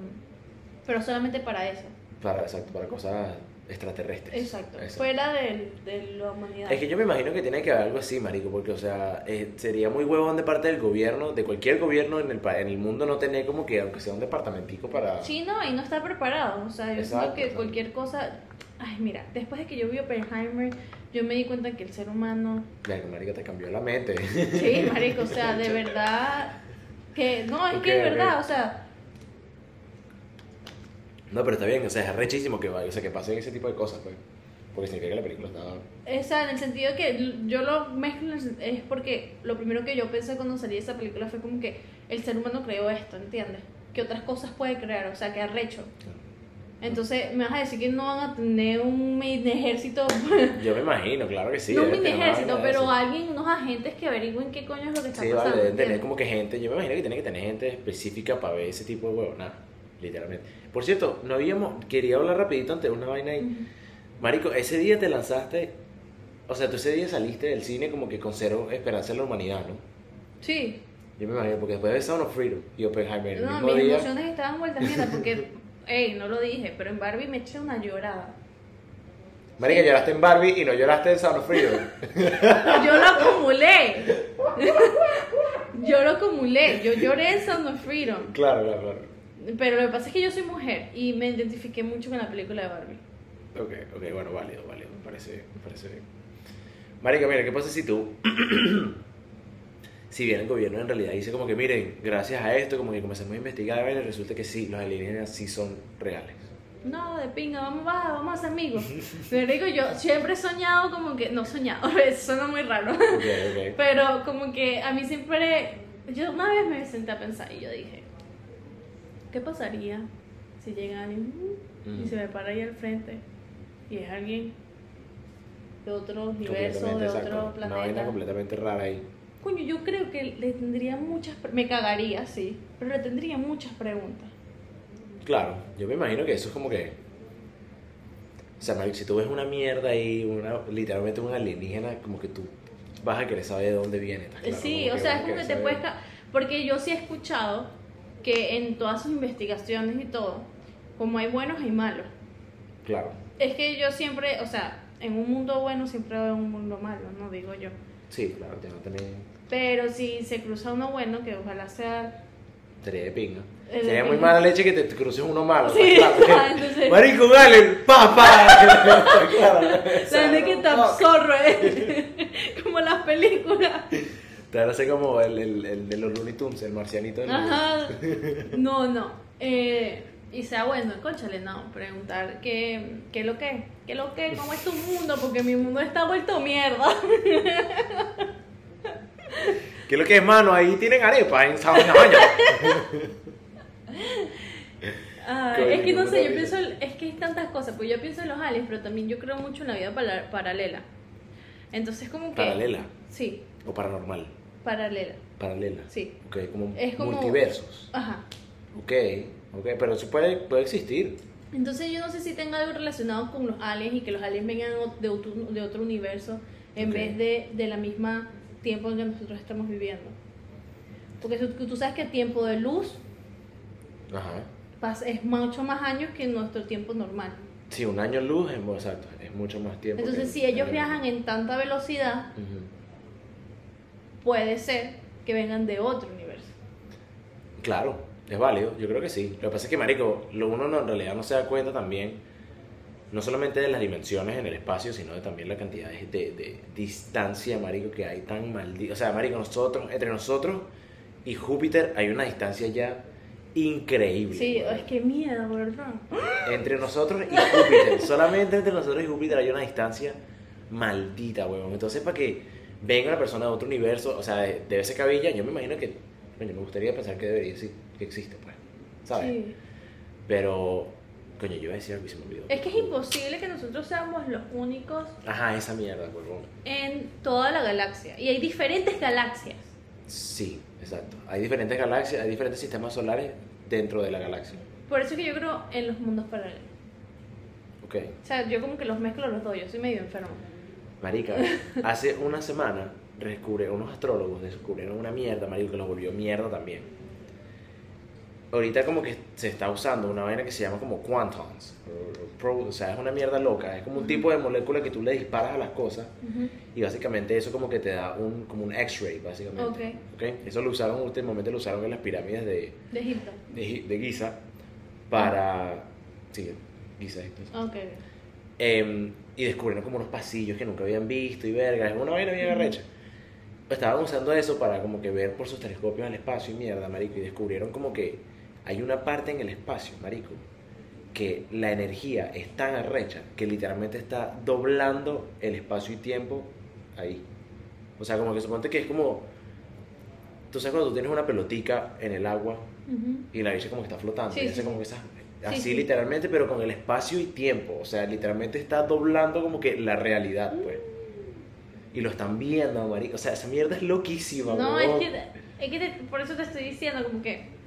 [SPEAKER 2] pero solamente para eso.
[SPEAKER 1] para, exacto, para cosas extraterrestres.
[SPEAKER 2] Exacto. Pues, Fuera del- de, la humanidad.
[SPEAKER 1] Es que yo me imagino que tiene que haber algo así, marico, porque, o sea, eh, sería muy huevón de parte del gobierno, de cualquier gobierno en el, pa- en el mundo, no tener como que, aunque sea un departamentico para...
[SPEAKER 2] Sí, no, y no está preparado. O sea, yo
[SPEAKER 1] Exacto,
[SPEAKER 2] creo que
[SPEAKER 1] exacto.
[SPEAKER 2] cualquier cosa. Ay, mira, después de que yo vi Oppenheimer, yo me di cuenta que el ser humano.
[SPEAKER 1] Verga, marico, te cambió la mente.
[SPEAKER 2] Sí, marico, o sea, de verdad. Que, no, es que
[SPEAKER 1] Ok,
[SPEAKER 2] de
[SPEAKER 1] ok.
[SPEAKER 2] verdad, o sea,
[SPEAKER 1] no, pero está bien, o sea, es rechísimo que, va- o sea, que pasen ese tipo de cosas, pues. Porque significa que la película estaba.
[SPEAKER 2] O sea, en el sentido que l- yo lo mezclo en el sen- es porque lo primero que yo pensé cuando salí de esa película fue como que el ser humano creó esto, ¿entiendes? Que otras cosas puede crear, o sea, que arrecho. Entonces, me vas a decir que no van a tener un mini ejército,
[SPEAKER 1] Yo me imagino, claro que sí.
[SPEAKER 2] no un
[SPEAKER 1] debe
[SPEAKER 2] mini
[SPEAKER 1] tener una
[SPEAKER 2] ejército,
[SPEAKER 1] vaina de
[SPEAKER 2] pero
[SPEAKER 1] eso.
[SPEAKER 2] alguien, unos agentes que averigüen qué coño es lo que está
[SPEAKER 1] Sí, vale,
[SPEAKER 2] pasando.
[SPEAKER 1] deben tener
[SPEAKER 2] ¿entiendes?
[SPEAKER 1] como que gente. Yo me imagino que tiene que tener gente específica para ver ese tipo de huevo. Nada, literalmente. Por cierto, no habíamos. Quería hablar rapidito antes de una vaina ahí.
[SPEAKER 2] Ujú.
[SPEAKER 1] Marico, ese día te lanzaste. O sea, tú ese día saliste del cine como que con cero esperanza en la humanidad, ¿no?
[SPEAKER 2] Sí,
[SPEAKER 1] Yo me imagino, porque después de Sound of Freedom y Oppenheimer, el
[SPEAKER 2] no,
[SPEAKER 1] mismo
[SPEAKER 2] mis
[SPEAKER 1] día.
[SPEAKER 2] emociones estaban vueltas mierda porque, ey, no lo dije, pero en Barbie me eché una llorada.
[SPEAKER 1] Marica, lloraste en Barbie y no lloraste en Sound of Freedom.
[SPEAKER 2] Yo lo acumulé. yo lo acumulé. Yo lloré en Sound of Freedom.
[SPEAKER 1] claro, claro, claro.
[SPEAKER 2] Pero lo que pasa es que yo soy mujer y me identifiqué mucho con la película de Barbie.
[SPEAKER 1] Ok, ok, bueno, válido, válido. Me parece bien, me parece bien. Marica, mira, ¿qué pasa si tú. si bien el gobierno en realidad dice como que, miren, gracias a esto, como que comenzamos a investigar, y resulta que sí, los alienígenas sí son reales.
[SPEAKER 2] No, de pinga, vamos, va, vamos a ser amigos. Pero digo, yo siempre he soñado como que. No, soñado, eso suena muy raro.
[SPEAKER 1] Ok, ok.
[SPEAKER 2] Pero como que a mí siempre. Yo una vez me senté a pensar y yo dije: ¿Qué pasaría si llega alguien
[SPEAKER 1] Mm,
[SPEAKER 2] y se me para ahí al frente y es alguien de otro universo, de
[SPEAKER 1] completamente,
[SPEAKER 2] otro
[SPEAKER 1] exacto. Una vaina
[SPEAKER 2] planeta.
[SPEAKER 1] completamente rara ahí.
[SPEAKER 2] Coño, yo creo que le tendría muchas, pre- me cagaría, sí, pero le tendría muchas preguntas.
[SPEAKER 1] Claro, yo me imagino que eso es como que. O sea, marico, si tú ves una mierda ahí, una, literalmente un alienígena, como que tú vas a querer saber de dónde viene. ¿estás claro?
[SPEAKER 2] Eh, sí,
[SPEAKER 1] Como
[SPEAKER 2] o
[SPEAKER 1] que
[SPEAKER 2] sea,
[SPEAKER 1] vas a
[SPEAKER 2] es como que
[SPEAKER 1] querer
[SPEAKER 2] te
[SPEAKER 1] saber.
[SPEAKER 2] puedes, ca- porque yo sí he escuchado que en todas sus investigaciones y todo, como hay buenos y malos,
[SPEAKER 1] Claro.
[SPEAKER 2] es que yo siempre, o sea, en un mundo bueno siempre hay un mundo malo, no digo yo.
[SPEAKER 1] Sí, claro, te no también.
[SPEAKER 2] Pero si se cruza uno bueno, que ojalá sea
[SPEAKER 1] Sería de pinga.
[SPEAKER 2] Eh, de
[SPEAKER 1] Sería muy
[SPEAKER 2] pinga.
[SPEAKER 1] mala leche que te cruces uno malo.
[SPEAKER 2] Sí,
[SPEAKER 1] está claro.
[SPEAKER 2] ah, entonces-
[SPEAKER 1] Marico, dale, papá. Está claro.
[SPEAKER 2] La verdad que te absorbe, como las películas.
[SPEAKER 1] Te hace como el, el, el de los Looney Tunes, el marcianito. del-
[SPEAKER 2] Ajá. No, no. Eh, y sea bueno, conchale, no. Preguntar qué, qué lo que, qué lo que, cómo es tu mundo, porque mi mundo está vuelto mierda.
[SPEAKER 1] ¿Qué es lo que es, mano? Ahí tienen arepa en San Baño.
[SPEAKER 2] Ah,
[SPEAKER 1] Coño,
[SPEAKER 2] es que no
[SPEAKER 1] qué
[SPEAKER 2] sé, yo
[SPEAKER 1] maravilla.
[SPEAKER 2] pienso, es que es tantas cosas, pues yo pienso en los aliens, pero también yo creo mucho en la vida pala- paralela. Entonces, como que.
[SPEAKER 1] Paralela
[SPEAKER 2] Sí,
[SPEAKER 1] o paranormal.
[SPEAKER 2] paralela,
[SPEAKER 1] Paralela.
[SPEAKER 2] sí.
[SPEAKER 1] Ok, como,
[SPEAKER 2] Es como-
[SPEAKER 1] multiversos.
[SPEAKER 2] Ajá.
[SPEAKER 1] Ok, ok, pero eso puede, puede existir.
[SPEAKER 2] Entonces yo no sé si tenga algo relacionado con los aliens y que los aliens vengan o- de otro, de otro universo en
[SPEAKER 1] Ok.
[SPEAKER 2] vez de, de la misma tiempo en que nosotros estamos viviendo. Porque tú, tú sabes que el tiempo de luz
[SPEAKER 1] Ajá.
[SPEAKER 2] pas- es mucho más años que nuestro tiempo normal.
[SPEAKER 1] Sí, un año luz es, mu- exacto, es mucho más tiempo.
[SPEAKER 2] Entonces si ellos viajan en tanta velocidad, puede ser que vengan de otro universo.
[SPEAKER 1] Claro, es válido, yo creo que sí. Lo que pasa es que, marico, lo uno no- en realidad no se da cuenta también, no solamente de las dimensiones en el espacio, sino de también la cantidad de, de- de distancia, marico, que hay tan maldita. O sea, marico, nosotros, entre nosotros y Júpiter hay una distancia ya increíble.
[SPEAKER 2] Sí,
[SPEAKER 1] weón.
[SPEAKER 2] es que miedo, ¿verdad?
[SPEAKER 1] Entre nosotros y Júpiter. Solamente entre nosotros y Júpiter hay una distancia maldita, huevón. Entonces, para que venga una persona de otro universo, o sea, de, de esa cabilla, yo me imagino que. Coño, me gustaría pensar que debería sí, que existe, pues. ¿Sabes?
[SPEAKER 2] Sí.
[SPEAKER 1] Pero. Coño, yo iba a decir algo y se me olvidó.
[SPEAKER 2] Es que es imposible que nosotros seamos los únicos
[SPEAKER 1] Ajá, esa mierda, huevón.
[SPEAKER 2] en toda la galaxia. Y hay diferentes galaxias.
[SPEAKER 1] Sí, exacto. Hay diferentes galaxias, hay diferentes sistemas solares dentro de la galaxia.
[SPEAKER 2] Por eso es que yo creo en los mundos paralelos.
[SPEAKER 1] Ok.
[SPEAKER 2] O sea, yo como que los mezclo los dos, yo soy medio enfermo.
[SPEAKER 1] Marica, hace una semana descubre, unos astrólogos descubrieron una mierda, marico, que los volvió mierda también. Ahorita como que se está usando una vaina que se llama como quantons. o- o pro- o sea, es una mierda loca. Es como un tipo de molécula que tú le disparas a las cosas y básicamente eso como que te da un, como un x-ray, básicamente.
[SPEAKER 2] Ok.
[SPEAKER 1] ¿Ok? Eso lo usaron, últimamente lo usaron en las pirámides de,
[SPEAKER 2] De Egipto.
[SPEAKER 1] de, Gi- de Giza para... Sí, Giza es
[SPEAKER 2] Ok.
[SPEAKER 1] Em, y descubrieron como unos pasillos que nunca habían visto y verga, es una vaina bien arrecha. Pues Estaban usando eso para como que ver por sus telescopios al espacio y mierda, marico, y descubrieron como que hay una parte en el espacio, marico, que la energía es tan arrecha que literalmente está doblando el espacio y tiempo ahí. O sea, como que suponte que es como. Tú sabes cuando tú tienes una pelotica en el agua
[SPEAKER 2] Ujú.
[SPEAKER 1] y la bicha como que está flotando.
[SPEAKER 2] Sí,
[SPEAKER 1] y hace
[SPEAKER 2] sí.
[SPEAKER 1] como que está así
[SPEAKER 2] sí.
[SPEAKER 1] literalmente, pero con el espacio y tiempo. O sea, literalmente está doblando como que la realidad, pues. Y lo están viendo, marico. O sea, esa mierda es loquísima,
[SPEAKER 2] No, es
[SPEAKER 1] huevón.
[SPEAKER 2] que, es que te- por eso te estoy diciendo, como que.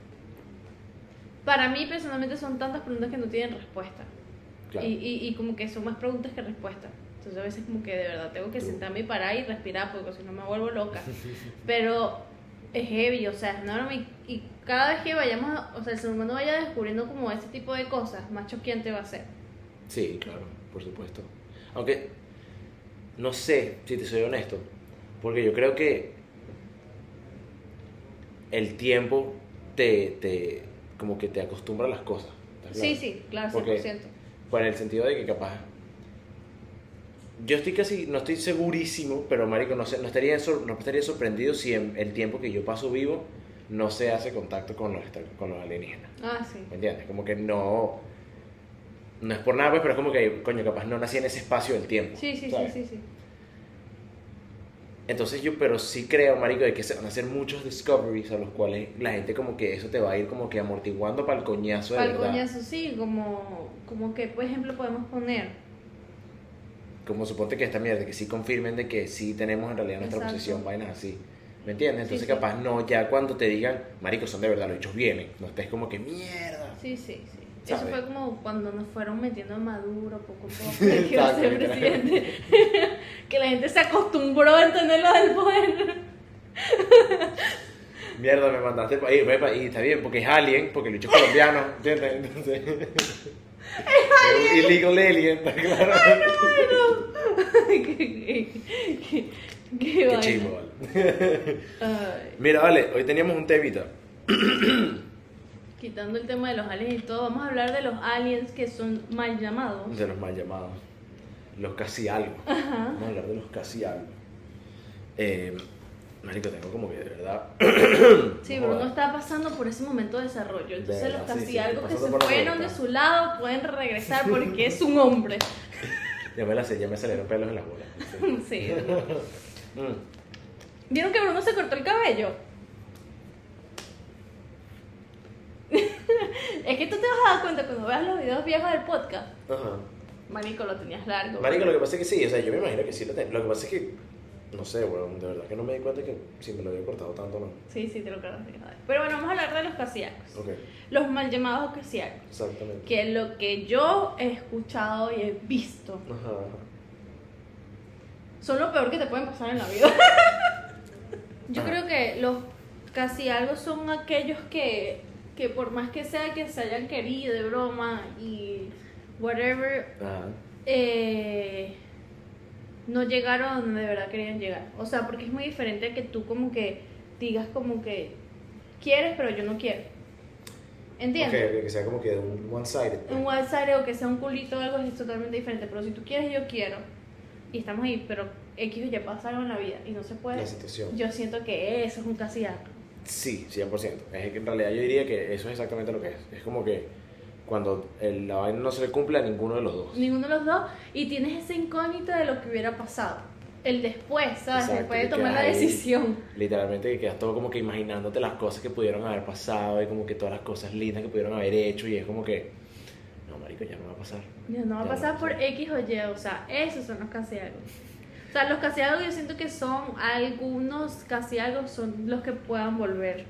[SPEAKER 2] Para mí, personalmente, son tantas preguntas que no tienen respuesta.
[SPEAKER 1] Claro.
[SPEAKER 2] Y, y, y como que son más preguntas que respuestas. Entonces, a veces, como que de verdad tengo que
[SPEAKER 1] Tú.
[SPEAKER 2] sentarme y parar y respirar, porque si no me vuelvo loca. Pero es heavy, o sea, es enorme. Y, y cada vez que vayamos, o sea, el ser humano vaya descubriendo como ese tipo de cosas, más choqueante va a ser.
[SPEAKER 1] Sí, claro, por supuesto. Aunque no sé si te soy honesto, porque yo creo que el tiempo te, te como que te acostumbra a las cosas. ¿estás
[SPEAKER 2] Sí,
[SPEAKER 1] claro?
[SPEAKER 2] sí, claro, 100%.
[SPEAKER 1] Porque- Por Pues el sentido de que capaz yo estoy casi no estoy segurísimo, pero marico no sé, no estaría sor- no estaría sorprendido si en el tiempo que yo paso vivo no se hace contacto con los extra- con los alienígenas.
[SPEAKER 2] Ah, sí.
[SPEAKER 1] ¿Me entiendes? Como que no. No es por nada, pues, pero es como que, coño, capaz no nací en ese espacio del tiempo.
[SPEAKER 2] Sí, sí, sí,
[SPEAKER 1] ¿sabes?
[SPEAKER 2] sí, sí.
[SPEAKER 1] Entonces yo, pero sí creo, marico, de que se van a hacer muchos discoveries a los cuales la gente como que eso te va a ir como que amortiguando para el coñazo de
[SPEAKER 2] Para el
[SPEAKER 1] verdad.
[SPEAKER 2] coñazo, sí, como, como que, por ejemplo, podemos poner.
[SPEAKER 1] Como suponte que esta mierda, que sí confirmen de que sí tenemos en realidad nuestra
[SPEAKER 2] Exacto.
[SPEAKER 1] posesión, vainas así. ¿Me entiendes?
[SPEAKER 2] Sí,
[SPEAKER 1] Entonces
[SPEAKER 2] sí.
[SPEAKER 1] capaz no, ya cuando te digan, marico, son de verdad, los hechos vienen. No estés como que, mierda.
[SPEAKER 2] Sí, sí, sí. Eso
[SPEAKER 1] ¿Sabe?
[SPEAKER 2] fue como cuando nos fueron metiendo a Maduro poco a poco, que iba a
[SPEAKER 1] Exacto,
[SPEAKER 2] ser
[SPEAKER 1] literal.
[SPEAKER 2] presidente. que la gente se acostumbró a entenderlo del poder.
[SPEAKER 1] Mierda, me mandaste para ahí, ve pa' ahí, está bien, porque es alien, porque el bicho es colombiano, ¿entiendes? Entonces. Es un illegal alien, está claro.
[SPEAKER 2] que, que, que, que
[SPEAKER 1] Qué
[SPEAKER 2] vaina.
[SPEAKER 1] chingo, vale.
[SPEAKER 2] Ay,
[SPEAKER 1] Mira, vale, hoy teníamos un temita.
[SPEAKER 2] quitando el tema de los aliens y todo, vamos a hablar de los aliens que son mal llamados.
[SPEAKER 1] De los mal llamados. Los casi algo.
[SPEAKER 2] Ajá.
[SPEAKER 1] Vamos a hablar de los casi algo. Eh, marico, tengo como que de verdad.
[SPEAKER 2] Sí,
[SPEAKER 1] no
[SPEAKER 2] Bruno
[SPEAKER 1] jodas.
[SPEAKER 2] está pasando por ese momento de desarrollo. Entonces
[SPEAKER 1] Verdad,
[SPEAKER 2] los casi
[SPEAKER 1] sí, sí,
[SPEAKER 2] algo que
[SPEAKER 1] pasando
[SPEAKER 2] se
[SPEAKER 1] por la
[SPEAKER 2] fueron de
[SPEAKER 1] puerta.
[SPEAKER 2] su lado pueden regresar porque es un hombre.
[SPEAKER 1] Ya me la sé, ya me salieron pelos en las bolas.
[SPEAKER 2] Sí.
[SPEAKER 1] Mm.
[SPEAKER 2] ¿Vieron que Bruno se cortó el cabello? es que tú te vas a dar cuenta cuando veas los videos viejos del podcast.
[SPEAKER 1] Ajá.
[SPEAKER 2] Manico, lo tenías largo.
[SPEAKER 1] Marico, lo que pasa es que sí, o sea, yo me imagino que sí lo tengo. Lo que pasa es que, no sé, weón, de verdad que no me di cuenta que si me lo había cortado tanto, no.
[SPEAKER 2] Sí, sí, te lo quedaste. Pero bueno, vamos a hablar de los casiacos.
[SPEAKER 1] Ok,
[SPEAKER 2] Los mal llamados casiacos.
[SPEAKER 1] exactamente.
[SPEAKER 2] Que lo que yo he escuchado y he visto
[SPEAKER 1] Ajá, ajá.
[SPEAKER 2] son lo peor que te pueden pasar en la vida. Yo
[SPEAKER 1] Ajá.
[SPEAKER 2] creo que los casi algo son aquellos que, que por más que sea que se hayan querido de broma y whatever,
[SPEAKER 1] Ajá.
[SPEAKER 2] eh, no llegaron a donde de verdad querían llegar. O sea, porque es muy diferente que tú como que digas como que quieres, pero yo no quiero. ¿Entiendes?
[SPEAKER 1] Ok, ok, que sea como que un one-sided.
[SPEAKER 2] un WhatsApp o que sea un culito o algo es totalmente diferente. Pero si tú quieres, yo quiero. Y estamos ahí, pero X o Y pasa algo en la vida y no se puede.
[SPEAKER 1] La situación.
[SPEAKER 2] Yo siento que eso es un casi algo.
[SPEAKER 1] Sí, 100%. Es que en realidad yo diría que eso es exactamente lo que es. Es como que cuando el- la vaina no se le cumple a ninguno de los dos.
[SPEAKER 2] Ninguno de los dos. Y tienes esa incógnita de lo que hubiera pasado. El después, ¿sabes?
[SPEAKER 1] Exacto,
[SPEAKER 2] después de
[SPEAKER 1] te
[SPEAKER 2] tomar la
[SPEAKER 1] quedas ahí.
[SPEAKER 2] decisión.
[SPEAKER 1] Literalmente que quedas todo como que imaginándote las cosas que pudieron haber pasado y como que todas las cosas lindas que pudieron haber hecho y es como que, no, marico, ya no va a pasar.
[SPEAKER 2] No, no va a
[SPEAKER 1] Ya
[SPEAKER 2] pasar
[SPEAKER 1] no,
[SPEAKER 2] por
[SPEAKER 1] sí.
[SPEAKER 2] X o Y, o sea, esos son los casi algo. O sea, los casi algo yo siento que son algunos casi algo son los que puedan volver.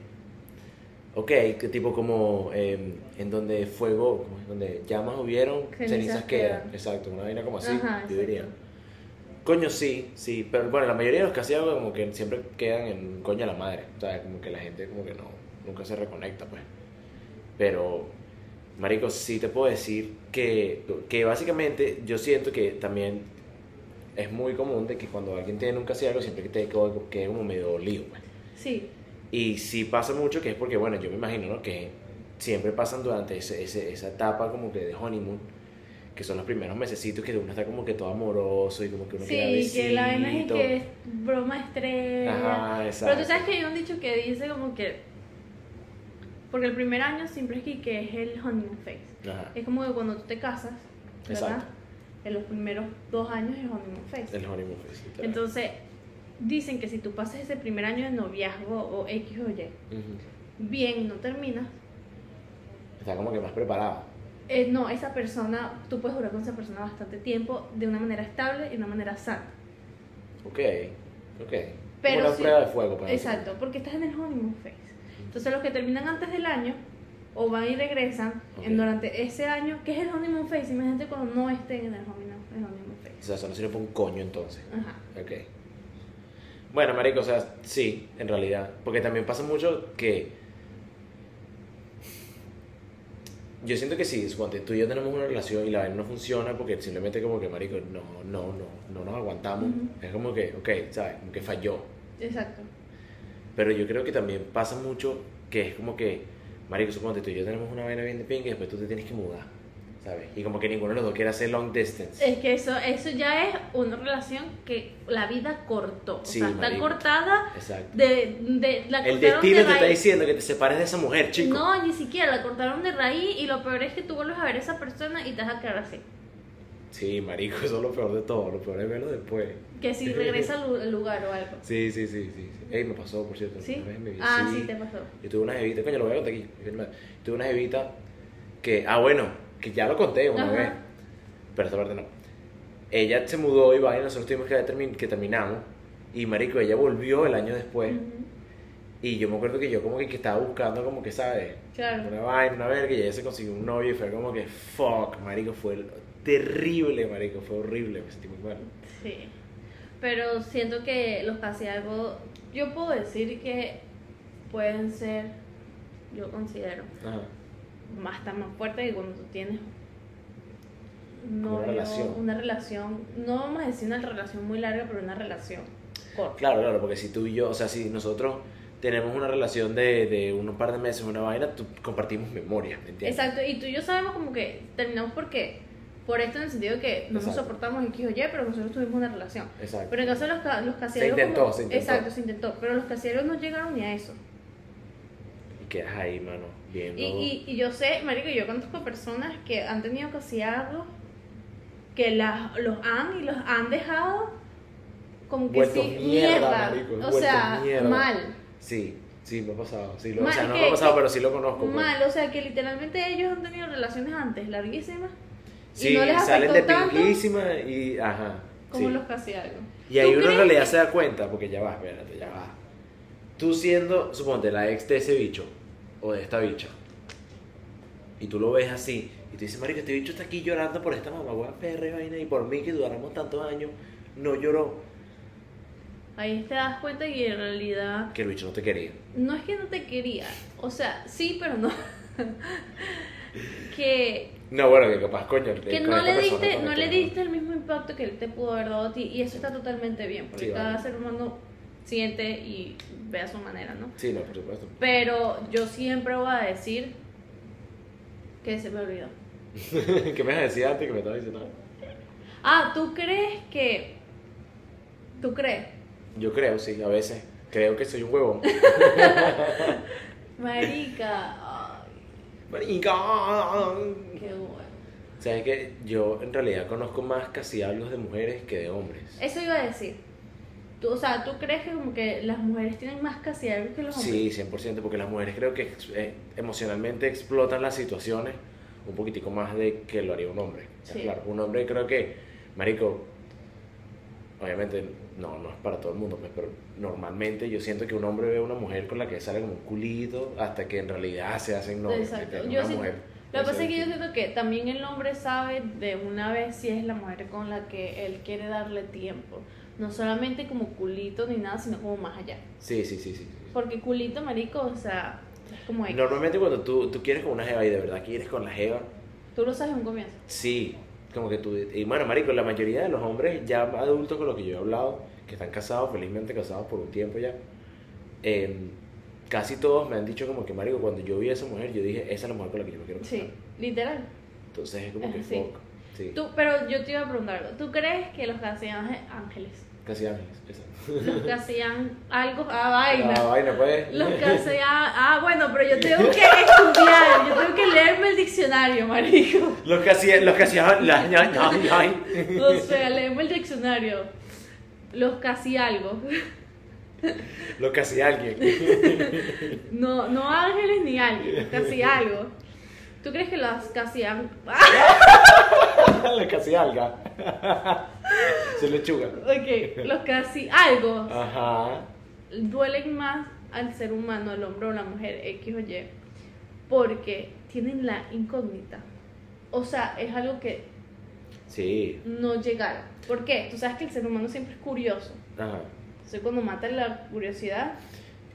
[SPEAKER 1] Ok, que tipo como eh, en donde fuego, como en donde llamas hubieron,
[SPEAKER 2] Cenizas
[SPEAKER 1] cenizas, quedan.
[SPEAKER 2] quedan.
[SPEAKER 1] Exacto, una vaina como así,
[SPEAKER 2] Ajá,
[SPEAKER 1] yo
[SPEAKER 2] exacto.
[SPEAKER 1] diría. Coño, sí, sí, pero bueno, la mayoría de los casi algo como que siempre quedan en coño a la madre, o sea, como que la gente como que no, nunca se reconecta, pues. Pero, marico, sí te puedo decir que, que básicamente yo siento que también es muy común de que cuando alguien tiene un casi algo siempre que te quede como medio dolido, pues.
[SPEAKER 2] Sí,
[SPEAKER 1] Y sí pasa mucho que es porque, bueno, yo me imagino ¿no? que siempre pasan durante ese- ese- esa etapa como que de honeymoon, que son los primeros mesecitos que uno está como que todo amoroso y como que uno quiere
[SPEAKER 2] sí, que la vaina es
[SPEAKER 1] besito.
[SPEAKER 2] que es broma estrella.
[SPEAKER 1] Ajá, exacto.
[SPEAKER 2] Pero tú sabes que hay un dicho que dice como que Porque el primer año siempre es que- que es el honeymoon phase.
[SPEAKER 1] Ajá.
[SPEAKER 2] Es como que cuando tú te casas, ¿verdad?
[SPEAKER 1] Exacto.
[SPEAKER 2] En los primeros dos años es el honeymoon phase.
[SPEAKER 1] El honeymoon phase. literal.
[SPEAKER 2] Entonces, dicen que si tú pasas ese primer año de noviazgo o X o Y,
[SPEAKER 1] Ujú.
[SPEAKER 2] bien y no terminas,
[SPEAKER 1] Está como que más preparado.
[SPEAKER 2] eh, no, esa persona, tú puedes durar con esa persona bastante tiempo de una manera estable y de una manera sana.
[SPEAKER 1] Ok, ok.
[SPEAKER 2] Pero
[SPEAKER 1] Como una
[SPEAKER 2] sí-
[SPEAKER 1] prueba de fuego, para
[SPEAKER 2] Exacto, porque estás en el honeymoon phase. Entonces los que terminan antes del año o van y regresan en-
[SPEAKER 1] Ok.
[SPEAKER 2] durante ese año, que es el honeymoon phase, imagínate cuando no estén en el honeymoon, el honeymoon
[SPEAKER 1] O
[SPEAKER 2] phase.
[SPEAKER 1] sea, eso no sirve para un coño entonces.
[SPEAKER 2] Ajá.
[SPEAKER 1] Ok. Bueno, marico, o sea, sí, en realidad. Porque también pasa mucho que... Yo siento que sí, suponte, tú y yo tenemos una relación y la vaina no funciona porque simplemente como que, marico, no, no, no, no nos aguantamos.
[SPEAKER 2] Ujú.
[SPEAKER 1] Es como que, ok, ¿sabes? Como que falló.
[SPEAKER 2] Exacto.
[SPEAKER 1] Pero yo creo que también pasa mucho que es como que, marico, suponte, tú y yo tenemos una vaina bien de pingue y después tú te tienes que mudar, ¿sabes? Y como que ninguno de los dos quiere hacer long distance.
[SPEAKER 2] Es que eso, eso ya es una relación que la vida cortó. O
[SPEAKER 1] Sí,
[SPEAKER 2] sea, está
[SPEAKER 1] marico.
[SPEAKER 2] cortada
[SPEAKER 1] Exacto.
[SPEAKER 2] de, de la
[SPEAKER 1] El
[SPEAKER 2] cortaron
[SPEAKER 1] destino
[SPEAKER 2] de
[SPEAKER 1] te está
[SPEAKER 2] raíz.
[SPEAKER 1] diciendo que te separes de esa mujer, chico.
[SPEAKER 2] No, ni siquiera, la cortaron de raíz y lo peor es que tú vuelves a ver a esa persona y te vas a quedar así.
[SPEAKER 1] Sí, marico, eso es lo peor de todo. Lo peor es verlo después.
[SPEAKER 2] Que si regresa al lu- al lugar o algo.
[SPEAKER 1] Sí, sí, sí, sí. sí. Ey, me pasó, por cierto.
[SPEAKER 2] ¿Sí?
[SPEAKER 1] una vez en mi vida.
[SPEAKER 2] Ah, sí, te pasó.
[SPEAKER 1] Yo tuve una jevita, coño, lo voy a contar aquí. Tuve una jevita que, ah, bueno, que ya lo conté una
[SPEAKER 2] Ajá.
[SPEAKER 1] vez. Pero esta parte no. Ella se mudó y vaina, nosotros tuvimos que, termin- que terminamos. Y marico, ella volvió el año después.
[SPEAKER 2] Ujú.
[SPEAKER 1] Y yo me acuerdo que yo como que, que estaba buscando como que, ¿sabes?
[SPEAKER 2] Claro.
[SPEAKER 1] Una vaina, una verga, y ella se consiguió un novio y fue como que, fuck, marico, fue terrible, marico, fue horrible, me sentí muy mal.
[SPEAKER 2] Sí. Pero siento que los algo yo puedo decir que pueden ser, yo considero,
[SPEAKER 1] Ajá.
[SPEAKER 2] más tan más fuerte que cuando tú tienes
[SPEAKER 1] Una
[SPEAKER 2] novio,
[SPEAKER 1] relación.
[SPEAKER 2] una relación, no vamos a decir una relación muy larga, pero una relación corta.
[SPEAKER 1] Claro, claro, porque si tú y yo, o sea, si nosotros tenemos una relación de, de unos par de meses, una vaina, tú compartimos memoria, ¿me entiendes?
[SPEAKER 2] Exacto, y tú y yo sabemos como que terminamos porque, por esto en el sentido de que no nos
[SPEAKER 1] Exacto.
[SPEAKER 2] soportamos X o Y, pero nosotros tuvimos una relación.
[SPEAKER 1] Exacto.
[SPEAKER 2] Pero en caso de los, ca- los
[SPEAKER 1] Se
[SPEAKER 2] casilleros.
[SPEAKER 1] intentó, se intentó.
[SPEAKER 2] Exacto, se intentó. Pero los casilleros no llegaron ni a eso.
[SPEAKER 1] Y quedas ahí, mano, viendo.
[SPEAKER 2] Y, y, y yo sé, marico, yo conozco personas que han tenido casillagos que las, los han y los han dejado como que
[SPEAKER 1] Vueltos
[SPEAKER 2] sí,
[SPEAKER 1] mierda,
[SPEAKER 2] mierda.
[SPEAKER 1] marico,
[SPEAKER 2] o
[SPEAKER 1] vueltos
[SPEAKER 2] sea,
[SPEAKER 1] mierda.
[SPEAKER 2] mal.
[SPEAKER 1] Sí, sí, me ha pasado. Sí, lo,
[SPEAKER 2] Mal,
[SPEAKER 1] o sea, no
[SPEAKER 2] que-
[SPEAKER 1] me ha pasado,
[SPEAKER 2] que-
[SPEAKER 1] pero sí lo conozco. pues.
[SPEAKER 2] Mal, o sea, que literalmente ellos han tenido relaciones antes, larguísimas,
[SPEAKER 1] Sí,
[SPEAKER 2] no les
[SPEAKER 1] salen de
[SPEAKER 2] afectó tanto.
[SPEAKER 1] pinguísima y. Ajá.
[SPEAKER 2] como
[SPEAKER 1] sí.
[SPEAKER 2] los casillagos.
[SPEAKER 1] Y ahí
[SPEAKER 2] ¿Tú
[SPEAKER 1] uno en
[SPEAKER 2] crees
[SPEAKER 1] realidad
[SPEAKER 2] que-
[SPEAKER 1] se da cuenta, porque ya va, espérate, ya va. Tú siendo, suponte, la ex de ese bicho, o de esta bicha, y tú lo ves así, y tú dices, marico, este bicho está aquí llorando por esta mamá, perra y vaina, y por mí que duramos tantos años, no lloró,
[SPEAKER 2] Ahí te das cuenta que en realidad
[SPEAKER 1] que el bicho no te quería.
[SPEAKER 2] no es que no te quería, o sea, sí, pero no. que
[SPEAKER 1] No, bueno, que capaz, coño. eh,
[SPEAKER 2] que
[SPEAKER 1] con
[SPEAKER 2] no
[SPEAKER 1] esta
[SPEAKER 2] le
[SPEAKER 1] persona
[SPEAKER 2] diste no
[SPEAKER 1] conectó,
[SPEAKER 2] le diste el mismo impacto que él te pudo haber dado a ti y eso está totalmente bien porque
[SPEAKER 1] Sí,
[SPEAKER 2] cada
[SPEAKER 1] vale.
[SPEAKER 2] ser humano siente y ve a su manera no
[SPEAKER 1] Sí, no, por supuesto.
[SPEAKER 2] pero yo siempre voy a decir que se me olvidó
[SPEAKER 1] ¿Qué me decías antes que me estaba diciendo?
[SPEAKER 2] ah tú crees que tú crees
[SPEAKER 1] Yo creo, sí, a veces. Creo que soy un huevón.
[SPEAKER 2] marica ay,
[SPEAKER 1] Marica.
[SPEAKER 2] qué bueno
[SPEAKER 1] ¿Sabes que Yo en realidad conozco más casi hablos de mujeres que de hombres.
[SPEAKER 2] eso iba a decir tú o sea tú crees que como que las mujeres tienen más casidad que los hombres
[SPEAKER 1] Sí, 100%, porque las mujeres creo que eh, emocionalmente explotan las situaciones un poquitico más de que lo haría un hombre. O sea,
[SPEAKER 2] Sí.
[SPEAKER 1] Claro, un hombre creo que, marico, obviamente no, no es para todo el mundo, pues, pero normalmente yo siento que un hombre ve a una mujer con la que sale como un culito hasta que en realidad se hacen novios.
[SPEAKER 2] Exacto.
[SPEAKER 1] ¿entiendes?
[SPEAKER 2] Yo
[SPEAKER 1] Una
[SPEAKER 2] sí-
[SPEAKER 1] mujer
[SPEAKER 2] Lo que
[SPEAKER 1] puede
[SPEAKER 2] pasa es
[SPEAKER 1] ser
[SPEAKER 2] que yo
[SPEAKER 1] distinta.
[SPEAKER 2] siento que también el hombre sabe de una vez si es la mujer con la que él quiere darle tiempo. No solamente como culito ni nada, sino como más allá.
[SPEAKER 1] Sí, sí, sí, sí. sí.
[SPEAKER 2] Porque culito, marico, o sea, es como X.
[SPEAKER 1] Normalmente cuando tú, tú quieres con una jeva y de verdad quieres con la jeva,
[SPEAKER 2] Tú lo sabes en un comienzo.
[SPEAKER 1] Sí, como que tú. Y bueno, Marico, la mayoría de los hombres ya adultos con los que yo he hablado, que están casados, felizmente casados por un tiempo ya, eh, casi todos me han dicho como que, Marico, cuando yo vi a esa mujer, yo dije, esa es la mujer con la que yo me quiero casar.
[SPEAKER 2] Sí, literal.
[SPEAKER 1] Entonces es como
[SPEAKER 2] Es
[SPEAKER 1] que
[SPEAKER 2] así.
[SPEAKER 1] fuck. Sí.
[SPEAKER 2] Tú, pero yo te iba a preguntar algo. ¿Tú crees que los que hacían ángeles,
[SPEAKER 1] Casi ángeles, exacto.
[SPEAKER 2] los que hacían algo a vaina,
[SPEAKER 1] La vaina, pues.
[SPEAKER 2] los que hacían. Ah, bueno, bueno, pero yo tengo que estudiar, yo tengo que leerme el diccionario, marico.
[SPEAKER 1] Los que hacían, los que hacían, la, ña, ña, ña.
[SPEAKER 2] O sea, leerme el diccionario. Los casi algo.
[SPEAKER 1] los que hacía alguien.
[SPEAKER 2] No, no ángeles ni alguien, casi algo. ¿Tú crees que las casi ah, algo?
[SPEAKER 1] los que hacía alga. Se lechuga.
[SPEAKER 2] ok, los casi algo
[SPEAKER 1] Ajá.
[SPEAKER 2] duelen más al ser humano, al hombre o la mujer, X o Y, porque tienen la incógnita. O sea, es algo que
[SPEAKER 1] Sí.
[SPEAKER 2] no llegaron. ¿Por qué? Tú sabes que el ser humano siempre es curioso.
[SPEAKER 1] Ajá.
[SPEAKER 2] Entonces cuando mata la curiosidad,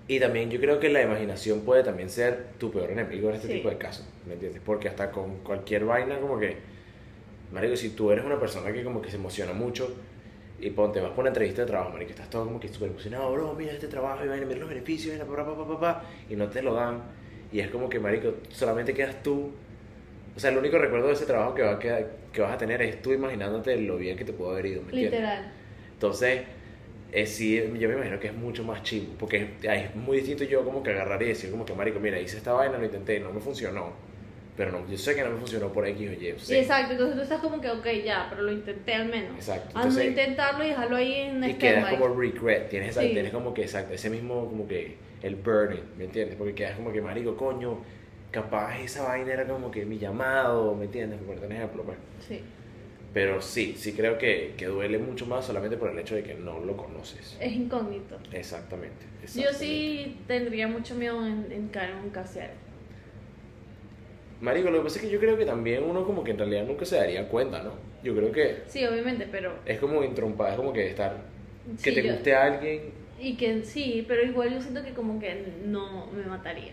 [SPEAKER 1] Y también yo creo que la imaginación puede también ser tu peor enemigo en este
[SPEAKER 2] Sí.
[SPEAKER 1] tipo de casos, ¿me entiendes? Porque hasta con cualquier vaina como que, marico, si tú eres una persona que como que se emociona mucho y ponte, vas por una entrevista de trabajo, marico, estás todo como que súper emocionado, bro, mira este trabajo y vaina, mira los beneficios, vaina, papá, papá, papá, y no te lo dan. Y es como que, marico, solamente quedas tú. O sea, el único recuerdo de ese trabajo que, va a quedar- que vas a tener es tú imaginándote lo bien que te pudo haber ido, ¿me entiendes?
[SPEAKER 2] literal.
[SPEAKER 1] Entonces, eh, sí, yo me imagino que es mucho más chivo, porque es, ay, es muy distinto yo como que agarrar y decir como que, marico, mira, hice esta vaina, lo intenté, no me funcionó, pero no, yo sé que no me funcionó por X o Y.
[SPEAKER 2] Y
[SPEAKER 1] sí.
[SPEAKER 2] exacto, entonces tú estás como que, ok, ya, pero lo intenté al menos.
[SPEAKER 1] Exacto,
[SPEAKER 2] Al no
[SPEAKER 1] entonces-
[SPEAKER 2] intentarlo y dejarlo ahí en
[SPEAKER 1] Y quedas
[SPEAKER 2] stand-by.
[SPEAKER 1] como regret, tienes, esa-
[SPEAKER 2] Sí.
[SPEAKER 1] tienes como que exacto, ese mismo como que el burning, ¿me entiendes? Porque quedas como que, marico, coño, capaz esa vaina era como que mi llamado, ¿me entiendes? Por poner un ejemplo, pues.
[SPEAKER 2] Sí.
[SPEAKER 1] Pero sí, sí creo que, que duele mucho más solamente por el hecho de que no lo conoces.
[SPEAKER 2] Es incógnito.
[SPEAKER 1] Exactamente.
[SPEAKER 2] Eh. Yo
[SPEAKER 1] exactamente.
[SPEAKER 2] sí tendría mucho miedo en, en caer en un casiero.
[SPEAKER 1] Marico, lo que pasa es que yo creo que también uno como que en realidad nunca se daría cuenta, ¿no? Yo creo que
[SPEAKER 2] Sí, obviamente, pero...
[SPEAKER 1] es como entrompar, es como que estar, que
[SPEAKER 2] sí,
[SPEAKER 1] te
[SPEAKER 2] yo-
[SPEAKER 1] guste alguien,
[SPEAKER 2] Y que sí, pero igual yo siento que como que no me mataría.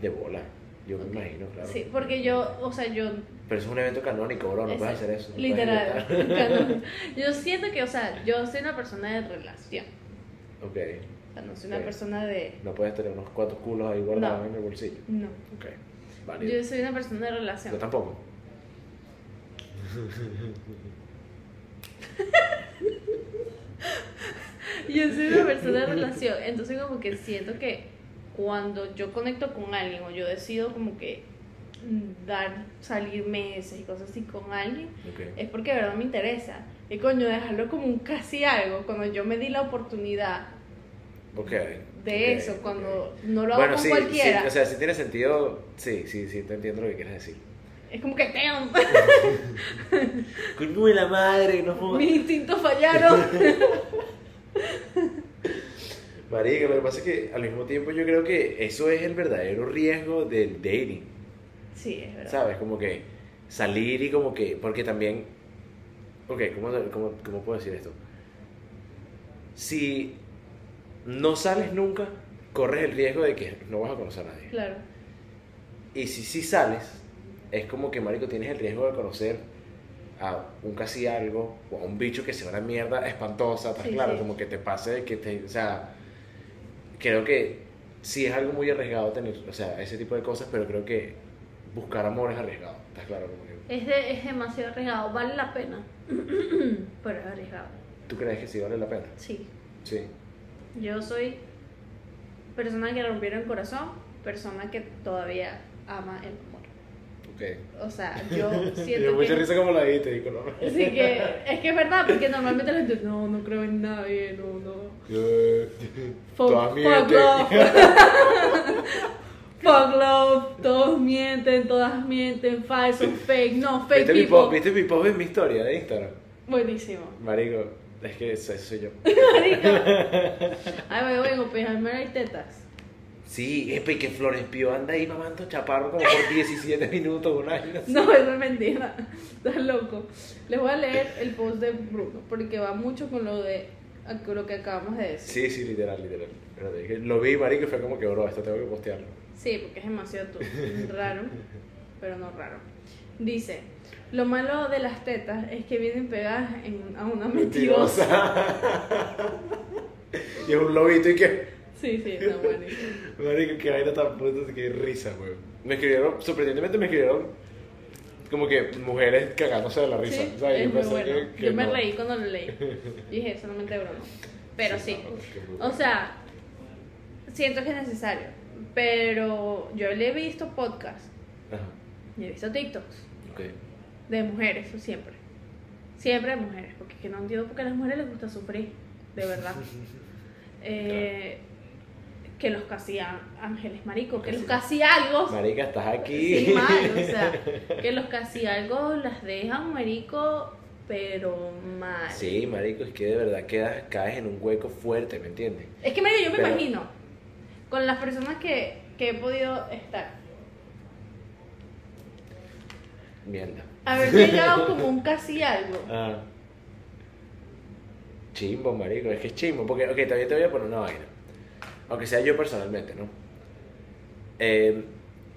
[SPEAKER 1] de bola, yo
[SPEAKER 2] Ok.
[SPEAKER 1] me imagino, claro.
[SPEAKER 2] Sí, porque yo, o sea, yo...
[SPEAKER 1] Pero eso es un evento canónico, bro, no
[SPEAKER 2] esa-
[SPEAKER 1] puedes hacer eso. no puedes
[SPEAKER 2] Literal.
[SPEAKER 1] inventar.
[SPEAKER 2] Cuando- Yo siento que, o sea, yo soy una persona de relación.
[SPEAKER 1] ok,
[SPEAKER 2] O sea, no soy una
[SPEAKER 1] Ok.
[SPEAKER 2] persona de...
[SPEAKER 1] no puedes tener unos cuatro culos ahí guardados
[SPEAKER 2] No.
[SPEAKER 1] en el bolsillo.
[SPEAKER 2] No.
[SPEAKER 1] Ok, válido.
[SPEAKER 2] Yo soy una persona de relación.
[SPEAKER 1] Yo tampoco.
[SPEAKER 2] Yo soy una persona de relación, entonces como que siento que cuando yo conecto con alguien o yo decido como que dar, salir meses y cosas así con alguien,
[SPEAKER 1] Ok,
[SPEAKER 2] es porque de verdad me interesa. Y coño, dejarlo como un casi algo, cuando yo me di la oportunidad
[SPEAKER 1] ok.
[SPEAKER 2] de
[SPEAKER 1] ok,
[SPEAKER 2] eso,
[SPEAKER 1] ok.
[SPEAKER 2] cuando no lo hago
[SPEAKER 1] Bueno,
[SPEAKER 2] con
[SPEAKER 1] sí,
[SPEAKER 2] cualquiera,
[SPEAKER 1] sí, o sea, sí tiene sentido, sí, sí, sí, te entiendo lo que quieres decir.
[SPEAKER 2] es como que damn,
[SPEAKER 1] Culpame la madre, no jodas.
[SPEAKER 2] mis instintos fallaron.
[SPEAKER 1] Marica, lo que pasa es que al mismo tiempo yo creo que eso es el verdadero riesgo del dating,
[SPEAKER 2] Sí, es verdad.
[SPEAKER 1] ¿sabes? Como que salir y como que, porque también, ok, ¿cómo, cómo, cómo puedo decir esto? Si no sales nunca, corres el riesgo de que no vas a conocer a nadie.
[SPEAKER 2] Claro.
[SPEAKER 1] Y si sí sales, es como que, marico, tienes el riesgo de conocer a un casi algo o a un bicho que sea una mierda espantosa, ¿estás
[SPEAKER 2] Sí,
[SPEAKER 1] claro?
[SPEAKER 2] sí.
[SPEAKER 1] Como que te pase, de que te, o sea, creo que sí es algo muy arriesgado tener, o sea, ese tipo de cosas, pero creo que buscar amor es arriesgado, ¿estás claro? Como que,
[SPEAKER 2] Es, de- es demasiado arriesgado, vale la pena, pero es arriesgado.
[SPEAKER 1] ¿Tú crees que sí vale la pena?
[SPEAKER 2] Sí.
[SPEAKER 1] Sí.
[SPEAKER 2] Yo soy persona que rompieron el corazón, persona que todavía ama el amor.
[SPEAKER 1] Ok.
[SPEAKER 2] O sea, yo
[SPEAKER 1] Tiene
[SPEAKER 2] siento
[SPEAKER 1] mucha
[SPEAKER 2] que...
[SPEAKER 1] risa como la dijiste, digo, ¿no?
[SPEAKER 2] Así que es que es verdad, porque normalmente la gente, no, no creo en nadie, no, no. Fuck,
[SPEAKER 1] Todas
[SPEAKER 2] fuck
[SPEAKER 1] mienten.
[SPEAKER 2] love. fuck love, todos mienten, todas mienten, falso, fake, no, fake
[SPEAKER 1] ¿Viste mi, post,
[SPEAKER 2] people.
[SPEAKER 1] ¿Viste mi post en mi historia de Instagram?
[SPEAKER 2] Buenísimo.
[SPEAKER 1] Marico, es que eso, eso soy yo.
[SPEAKER 2] Marico. Ay, pues, voy, voy, voy, me hay tetas.
[SPEAKER 1] Sí, epa, y que Flores Pío anda ahí mamando chaparro como por 17 minutos, una vaina así.
[SPEAKER 2] No, eso es mentira. Estás loco. Les voy a leer el post de Bruno, porque va mucho con lo de con lo que acabamos de
[SPEAKER 1] Sí,
[SPEAKER 2] decir.
[SPEAKER 1] sí, literal, literal. Pero te dije, Lo vi, marico, y fue como que, bro, esto tengo que postearlo.
[SPEAKER 2] Sí, porque es demasiado tú- raro, pero no raro. Dice, lo malo de las tetas es que vienen pegadas en- a una mentirosa.
[SPEAKER 1] y es un lobito y que,
[SPEAKER 2] Sí, sí, no, bueno.
[SPEAKER 1] marico, que vaina tan puta, así que risa, güey. Me escribieron, sorprendentemente me escribieron como que mujeres cagándose de la risa.
[SPEAKER 2] Sí,
[SPEAKER 1] ¿sabes?
[SPEAKER 2] es
[SPEAKER 1] Yo
[SPEAKER 2] muy
[SPEAKER 1] pensé
[SPEAKER 2] bueno.
[SPEAKER 1] que- que
[SPEAKER 2] Yo me
[SPEAKER 1] no.
[SPEAKER 2] reí cuando lo leí. Dije, solamente Bruno. Pero sí.
[SPEAKER 1] no, qué bruto.
[SPEAKER 2] O sea, siento que es necesario, Pero yo le he visto podcasts
[SPEAKER 1] Ajá.
[SPEAKER 2] y he visto TikToks
[SPEAKER 1] Ok.
[SPEAKER 2] de mujeres, eso siempre. Siempre de mujeres, porque es que no entiendo por qué a las mujeres les gusta sufrir, de verdad. Eh, Que los casi á- ángeles, marico, que los casi algo.
[SPEAKER 1] Marica, estás aquí.
[SPEAKER 2] Sí, mal, o sea, que los casi algo las dejan, marico, pero mal.
[SPEAKER 1] Sí, marico, es que de verdad quedas, caes en un hueco fuerte, ¿me entiendes?
[SPEAKER 2] Es que, marico, yo me
[SPEAKER 1] Pero-
[SPEAKER 2] imagino con las personas que, que he podido estar.
[SPEAKER 1] Mierda.
[SPEAKER 2] Haber llegado como un casi algo.
[SPEAKER 1] Ah. Chimbo, marico, es que es chimbo. Porque, ok, todavía te voy a poner una vaina. Aunque sea yo personalmente, ¿no? Eh,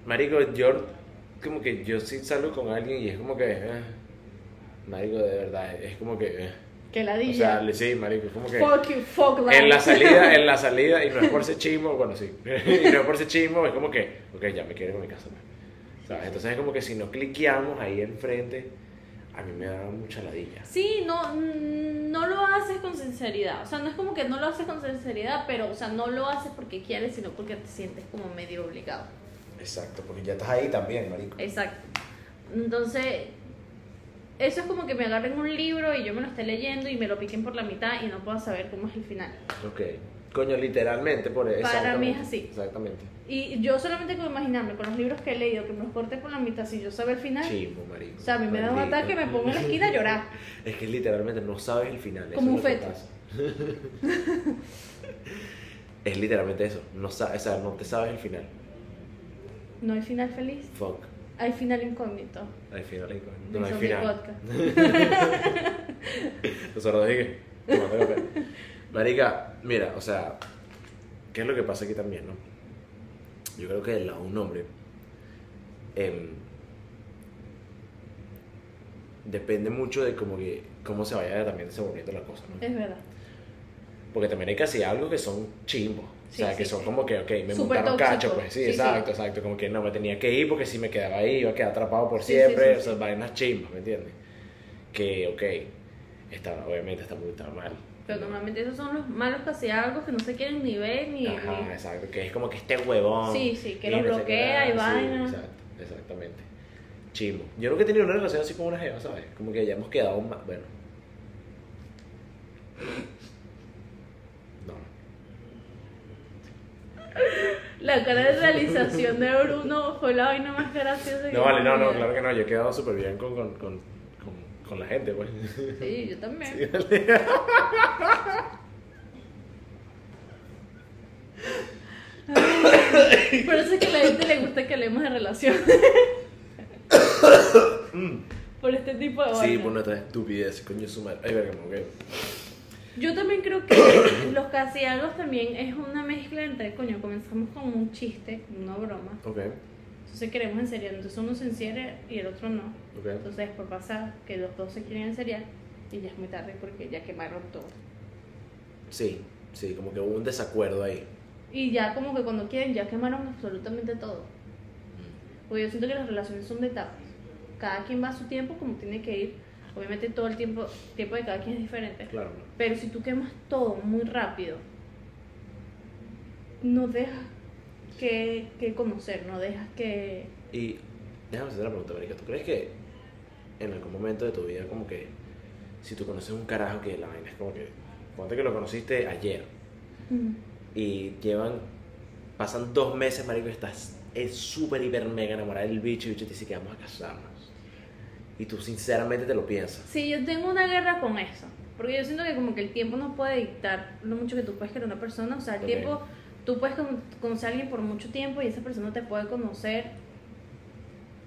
[SPEAKER 1] marico, yo como que yo sí salgo con alguien y es como que. eh, marico, de verdad, es como que. eh.
[SPEAKER 2] Que la
[SPEAKER 1] o
[SPEAKER 2] dije.
[SPEAKER 1] sea, le- sí, marico, es como que.
[SPEAKER 2] fuck you, fuck life.
[SPEAKER 1] En la salida, en la salida, y no es por ser chismo, bueno, sí, y no es por ser chismo, es como que, ok, ya me quiero ir a mi casa. pues. ¿Sabes? Entonces es como que si no cliqueamos ahí enfrente, a mí me da mucha ladilla.
[SPEAKER 2] Sí, no, mm, no lo haces con sinceridad. O sea, no es como que no lo haces con sinceridad, pero, o sea, no lo haces porque quieres, sino porque te sientes como medio obligado.
[SPEAKER 1] Exacto, porque ya estás ahí también, marico.
[SPEAKER 2] Exacto. Entonces, eso es como que me agarren un libro y yo me lo esté leyendo y me lo piquen por la mitad y no pueda saber cómo es el final.
[SPEAKER 1] Ok. Coño, literalmente, por eso.
[SPEAKER 2] Para mí es así.
[SPEAKER 1] Exactamente.
[SPEAKER 2] Y yo solamente con imaginarme, con los libros que he leído, que me los corte por la mitad, si yo sabe el final,
[SPEAKER 1] Chismo, marico.
[SPEAKER 2] Ah. o sea, a mí me da un
[SPEAKER 1] Maldito.
[SPEAKER 2] ataque, me pongo en la esquina a llorar.
[SPEAKER 1] Es que literalmente no sabes el final. eso es
[SPEAKER 2] Como
[SPEAKER 1] lo
[SPEAKER 2] un
[SPEAKER 1] que
[SPEAKER 2] feto.
[SPEAKER 1] pasa. es literalmente eso. No sabes, o sea, no te sabes el final.
[SPEAKER 2] No hay final feliz,
[SPEAKER 1] Fuck.
[SPEAKER 2] hay final incógnito.
[SPEAKER 1] Al final, rico.
[SPEAKER 2] Me
[SPEAKER 1] no, no hay
[SPEAKER 2] hizo mi
[SPEAKER 1] final.
[SPEAKER 2] podcast.
[SPEAKER 1] Nosotros dije, tomando café. Marica, mira, o sea, ¿qué es lo que pasa aquí también, no? Yo creo que la- un hombre em, depende mucho de como que cómo se vaya también desenvolviendo la cosa, ¿no?
[SPEAKER 2] Es verdad.
[SPEAKER 1] Porque también hay casi algo que son chimbos.
[SPEAKER 2] Sí,
[SPEAKER 1] o sea,
[SPEAKER 2] sí,
[SPEAKER 1] que son
[SPEAKER 2] sí.
[SPEAKER 1] como que, ok, me
[SPEAKER 2] Súper
[SPEAKER 1] montaron
[SPEAKER 2] tóxico.
[SPEAKER 1] cacho, pues sí,
[SPEAKER 2] Sí, sí.
[SPEAKER 1] exacto, exacto. Como que no me tenía que ir porque si me quedaba ahí iba a quedar atrapado por
[SPEAKER 2] Sí, sí,
[SPEAKER 1] siempre.
[SPEAKER 2] sí,
[SPEAKER 1] o sea, vainas chimbas, ¿me entiendes? Que, ok, está, obviamente está, muy- está mal.
[SPEAKER 2] Pero normalmente esos son los malos casi algo que no se quieren ni ver ni. ni-
[SPEAKER 1] Ajá, exacto. Que es como que este huevón.
[SPEAKER 2] Sí, sí, que
[SPEAKER 1] y
[SPEAKER 2] lo
[SPEAKER 1] no sé qué,
[SPEAKER 2] bloquea
[SPEAKER 1] ah,
[SPEAKER 2] y
[SPEAKER 1] sí,
[SPEAKER 2] vaina.
[SPEAKER 1] Exacto, exactamente. Chimbo. Yo nunca he tenido una relación así con una jeva, ¿sabes? Como que hayamos quedado más. Bueno. No.
[SPEAKER 2] La cara de realización de Bruno fue la vaina más graciosa. que
[SPEAKER 1] No, vale, no,
[SPEAKER 2] yo
[SPEAKER 1] no,
[SPEAKER 2] vi.
[SPEAKER 1] claro que no. Yo he quedado súper bien con, con, con, con, con la gente, pues.
[SPEAKER 2] Sí, yo también. Por eso es que a la gente le gusta que hablemos de relaciones. Por este tipo de vainas.
[SPEAKER 1] Sí, por nuestra estupidez, coño su madre. Ay, verga, me ahogué.
[SPEAKER 2] Yo también creo que los casi algo también es una mezcla entre, coño, comenzamos con un chiste, con una broma.
[SPEAKER 1] Ok,
[SPEAKER 2] Entonces queremos enseriar, entonces uno se encierra y el otro no.
[SPEAKER 1] ok.
[SPEAKER 2] Entonces por pasar que los dos se quieren enseriar y ya es muy tarde porque ya quemaron todo.
[SPEAKER 1] Sí, sí, como que hubo un desacuerdo ahí.
[SPEAKER 2] Y ya como que cuando quieren, ya quemaron absolutamente todo. Porque yo siento que las relaciones son de etapas. Cada quien va a su tiempo como tiene que ir. Obviamente todo el tiempo, tiempo de cada quien es diferente.
[SPEAKER 1] Claro, no.
[SPEAKER 2] Pero si tú quemas todo muy rápido, no dejas que, que conocer, no dejas que...
[SPEAKER 1] Y déjame hacer la pregunta, Marica. ¿Tú crees que en algún momento de tu vida, como que si tú conoces un carajo que la vaina es como que. Ponte que lo conociste ayer y llevan. Pasan dos meses, Marico, y estás es súper, hiper, mega enamorada del bicho y el bicho te dice que vamos a casarnos. Y tú sinceramente te lo piensas.
[SPEAKER 2] Sí, yo tengo una guerra con eso. Porque yo siento que como que el tiempo no puede dictar lo mucho que tú puedes querer a una persona. O sea, el
[SPEAKER 1] Ok.
[SPEAKER 2] tiempo, tú puedes con- conocer a alguien por mucho tiempo y esa persona te puede conocer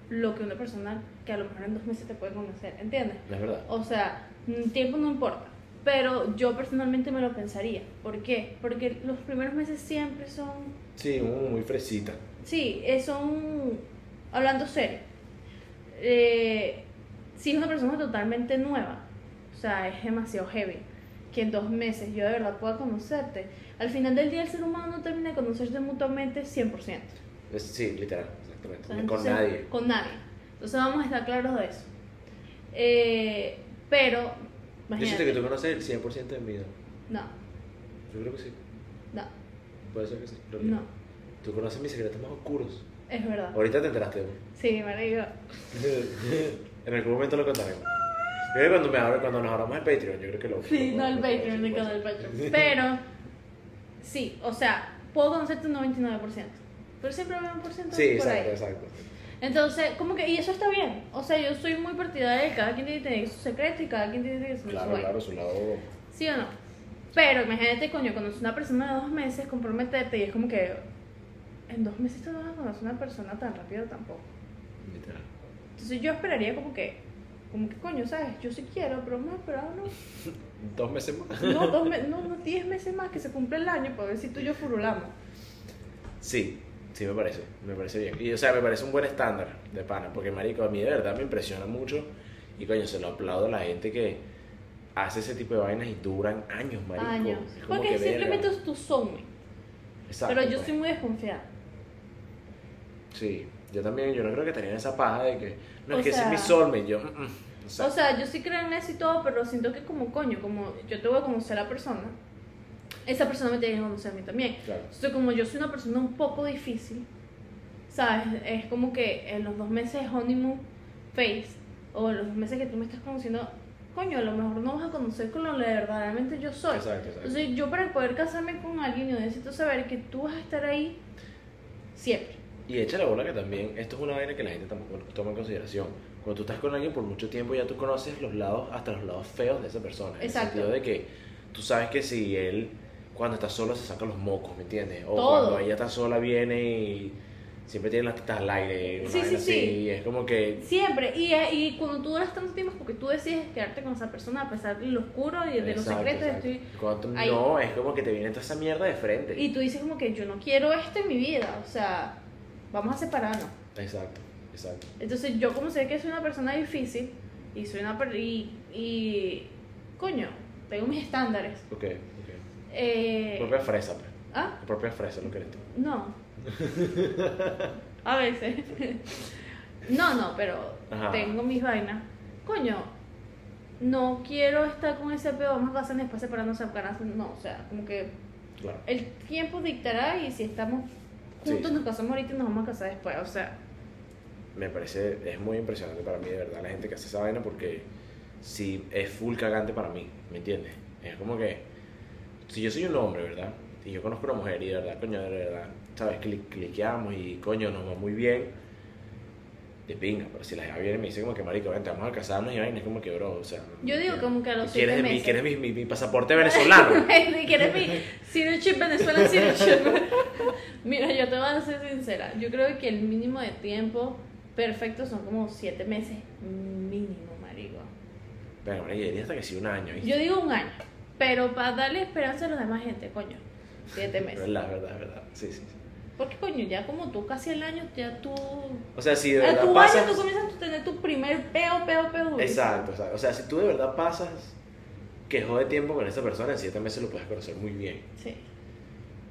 [SPEAKER 2] lo que una persona que a lo mejor en dos meses te puede conocer. ¿Entiendes?
[SPEAKER 1] No es verdad.
[SPEAKER 2] O sea, mm, tiempo no importa. Pero yo personalmente me lo pensaría. ¿Por qué? Porque los primeros meses siempre son
[SPEAKER 1] Sí, muy, muy fresita.
[SPEAKER 2] Sí, eh, son. Hablando serio. eh, si es una persona totalmente nueva, o sea, es demasiado heavy. Que en dos meses yo de verdad pueda conocerte. Al final del día, el ser humano no termina de conocerse mutuamente 100%.
[SPEAKER 1] Es- sí, literal, exactamente.
[SPEAKER 2] Entonces,
[SPEAKER 1] Ni con
[SPEAKER 2] entonces,
[SPEAKER 1] nadie.
[SPEAKER 2] Con nadie. Entonces, vamos a estar claros de eso. Eh, pero.
[SPEAKER 1] Yo siento
[SPEAKER 2] Imagínate.
[SPEAKER 1] que tú conoces el 100% de mi vida.
[SPEAKER 2] No,
[SPEAKER 1] Yo creo que sí.
[SPEAKER 2] no,
[SPEAKER 1] Puede ser que sí. creo que
[SPEAKER 2] no.
[SPEAKER 1] Tú conoces mis secretos más oscuros.
[SPEAKER 2] Es verdad.
[SPEAKER 1] Ahorita te enteraste. güey.
[SPEAKER 2] Sí, marico.
[SPEAKER 1] en algún momento lo contaremos. Yo creo que cuando, me abra- cuando nos abramos el Patreon, yo creo que lo.
[SPEAKER 2] Sí,
[SPEAKER 1] lo-
[SPEAKER 2] no el
[SPEAKER 1] lo- pues.
[SPEAKER 2] Patreon,
[SPEAKER 1] lo-
[SPEAKER 2] de cada el Patreon. Pero, sí, o sea, puedo conocerte un 99%. Pero siempre habrá un porcentaje
[SPEAKER 1] Sí,
[SPEAKER 2] por
[SPEAKER 1] exacto,
[SPEAKER 2] ahí.
[SPEAKER 1] exacto.
[SPEAKER 2] Entonces, como que, y eso está bien. O sea, yo soy muy partidaria de cada quien tiene que tener su secreto y cada quien tiene que tener su
[SPEAKER 1] Claro,
[SPEAKER 2] su vaina.
[SPEAKER 1] claro, su lado.
[SPEAKER 2] ¿Sí o no? Pero imagínate, coño, conoces una persona de dos meses, comprometerte y es como que en dos meses tú no vas a conocer una persona tan rápido tampoco.
[SPEAKER 1] Literal.
[SPEAKER 2] Entonces yo esperaría como que, como que coño, ¿sabes? Yo sí quiero, pero más esperado no.
[SPEAKER 1] Dos meses más.
[SPEAKER 2] No, dos me- no, no, diez meses más que se cumple el año para ver si tú y yo furulamos.
[SPEAKER 1] Sí, sí me parece, me parece bien. Y o sea, me parece un buen estándar de pana, porque marico, a mí de verdad me impresiona mucho y coño, se lo aplaudo a la gente que hace ese tipo de vainas y duran años, marico.
[SPEAKER 2] Años.
[SPEAKER 1] Es como
[SPEAKER 2] Porque
[SPEAKER 1] que verga.
[SPEAKER 2] simplemente es tu soulmate.
[SPEAKER 1] Exacto,
[SPEAKER 2] Pero yo
[SPEAKER 1] pues.
[SPEAKER 2] soy muy desconfiada.
[SPEAKER 1] Sí, yo también, yo no creo que tenían esa paja de que, no,
[SPEAKER 2] O
[SPEAKER 1] es que ese es
[SPEAKER 2] sea-
[SPEAKER 1] mi soulmate, yo, mm, mm. o sea,
[SPEAKER 2] O sea, yo sí creo en eso y todo, pero siento que como coño, como yo te voy a conocer a la persona, esa persona me tiene que conocer a mí también.
[SPEAKER 1] claro.
[SPEAKER 2] Entonces, como yo soy una persona un poco difícil, ¿sabes? Es como que en los dos meses de honeymoon face, o en los dos meses que tú me estás conociendo, coño, a lo mejor no vas a conocer con lo que verdaderamente yo soy.
[SPEAKER 1] Exacto, exacto.
[SPEAKER 2] Entonces, yo para poder casarme con alguien, yo necesito saber que tú vas a estar ahí siempre.
[SPEAKER 1] Y echa la bola que también, esto es una vaina que la gente tampoco toma en consideración. Cuando tú estás con alguien por mucho tiempo, ya tú conoces los lados, hasta los lados feos de esa persona.
[SPEAKER 2] Exacto.
[SPEAKER 1] En el sentido de que tú sabes que si él, cuando está solo, se saca los mocos, ¿me entiendes? O
[SPEAKER 2] Todo.
[SPEAKER 1] cuando ella está sola, viene y siempre tiene las tetas al aire. una
[SPEAKER 2] Sí,
[SPEAKER 1] vaina
[SPEAKER 2] sí,
[SPEAKER 1] así,
[SPEAKER 2] sí.
[SPEAKER 1] Y es como que.
[SPEAKER 2] Siempre, y, y cuando tú duras tanto tiempo es porque tú decides quedarte con esa persona a pesar de lo oscuro y de los
[SPEAKER 1] Exacto,
[SPEAKER 2] secretos.
[SPEAKER 1] exacto.
[SPEAKER 2] estoy-
[SPEAKER 1] Cuando tú-
[SPEAKER 2] ahí.
[SPEAKER 1] no, es como que te viene toda esa mierda de frente.
[SPEAKER 2] y tú dices como que yo no quiero esto en mi vida, o sea, vamos a separarnos.
[SPEAKER 1] Exacto, exacto.
[SPEAKER 2] Entonces yo como sé que soy una persona difícil y soy una per- y, y coño, tengo mis estándares.
[SPEAKER 1] Ok, ok.
[SPEAKER 2] Eh,
[SPEAKER 1] Propia fresa, pues.
[SPEAKER 2] ¿Ah?
[SPEAKER 1] Propia fresa, lo que eres tú.
[SPEAKER 2] No. A veces. No, no, pero
[SPEAKER 1] Ajá.
[SPEAKER 2] tengo mis vainas. Coño, no quiero estar con ese pedo, vamos a casarnos después separarnos, separarnos, no, o sea, como que
[SPEAKER 1] Claro.
[SPEAKER 2] el tiempo dictará y si estamos juntos
[SPEAKER 1] Sí.
[SPEAKER 2] nos casamos ahorita y nos vamos a casar después, o sea,
[SPEAKER 1] me parece, es muy impresionante para mí, de verdad, la gente que hace esa vaina, porque si es full cagante para mí, ¿me entiendes? Es como que, si yo soy un hombre, ¿verdad? Y yo conozco una mujer y de verdad, coño, de verdad, ¿sabes? Cli- cliqueamos y coño, nos va muy bien, de pinga, pero si la jeva viene y me dice como que, marico, vente, vamos a casarnos y vaina, es como que, bro, o sea...
[SPEAKER 2] Yo digo
[SPEAKER 1] ¿qué-
[SPEAKER 2] como que a los
[SPEAKER 1] qué ¿Quieres,
[SPEAKER 2] siete
[SPEAKER 1] de mí?
[SPEAKER 2] meses.
[SPEAKER 1] ¿Quieres mi, mi- mi pasaporte venezolano?
[SPEAKER 2] si quieres mi citizenship, Venezuela citizenship. Mira, yo te voy a ser sincera. Yo creo que el mínimo de tiempo perfecto son como siete meses mínimo, marico.
[SPEAKER 1] Pero, marico, yo diría hasta que sí un año, ¿viste?
[SPEAKER 2] Yo digo un año, pero para darle esperanza a los demás gente, coño, siete
[SPEAKER 1] Es
[SPEAKER 2] meses.
[SPEAKER 1] verdad, es verdad, es verdad, sí, sí. sí.
[SPEAKER 2] Porque coño, ya como tú casi el año, ya tú...
[SPEAKER 1] O sea, si de
[SPEAKER 2] A
[SPEAKER 1] verdad
[SPEAKER 2] tu
[SPEAKER 1] pasas...
[SPEAKER 2] año tú comienzas a tener tu primer peo, peo, peo. durísimo.
[SPEAKER 1] Exacto, exacto. O sea, si tú de verdad pasas que jode tiempo con esa persona, en siete meses lo puedes conocer muy bien.
[SPEAKER 2] Sí.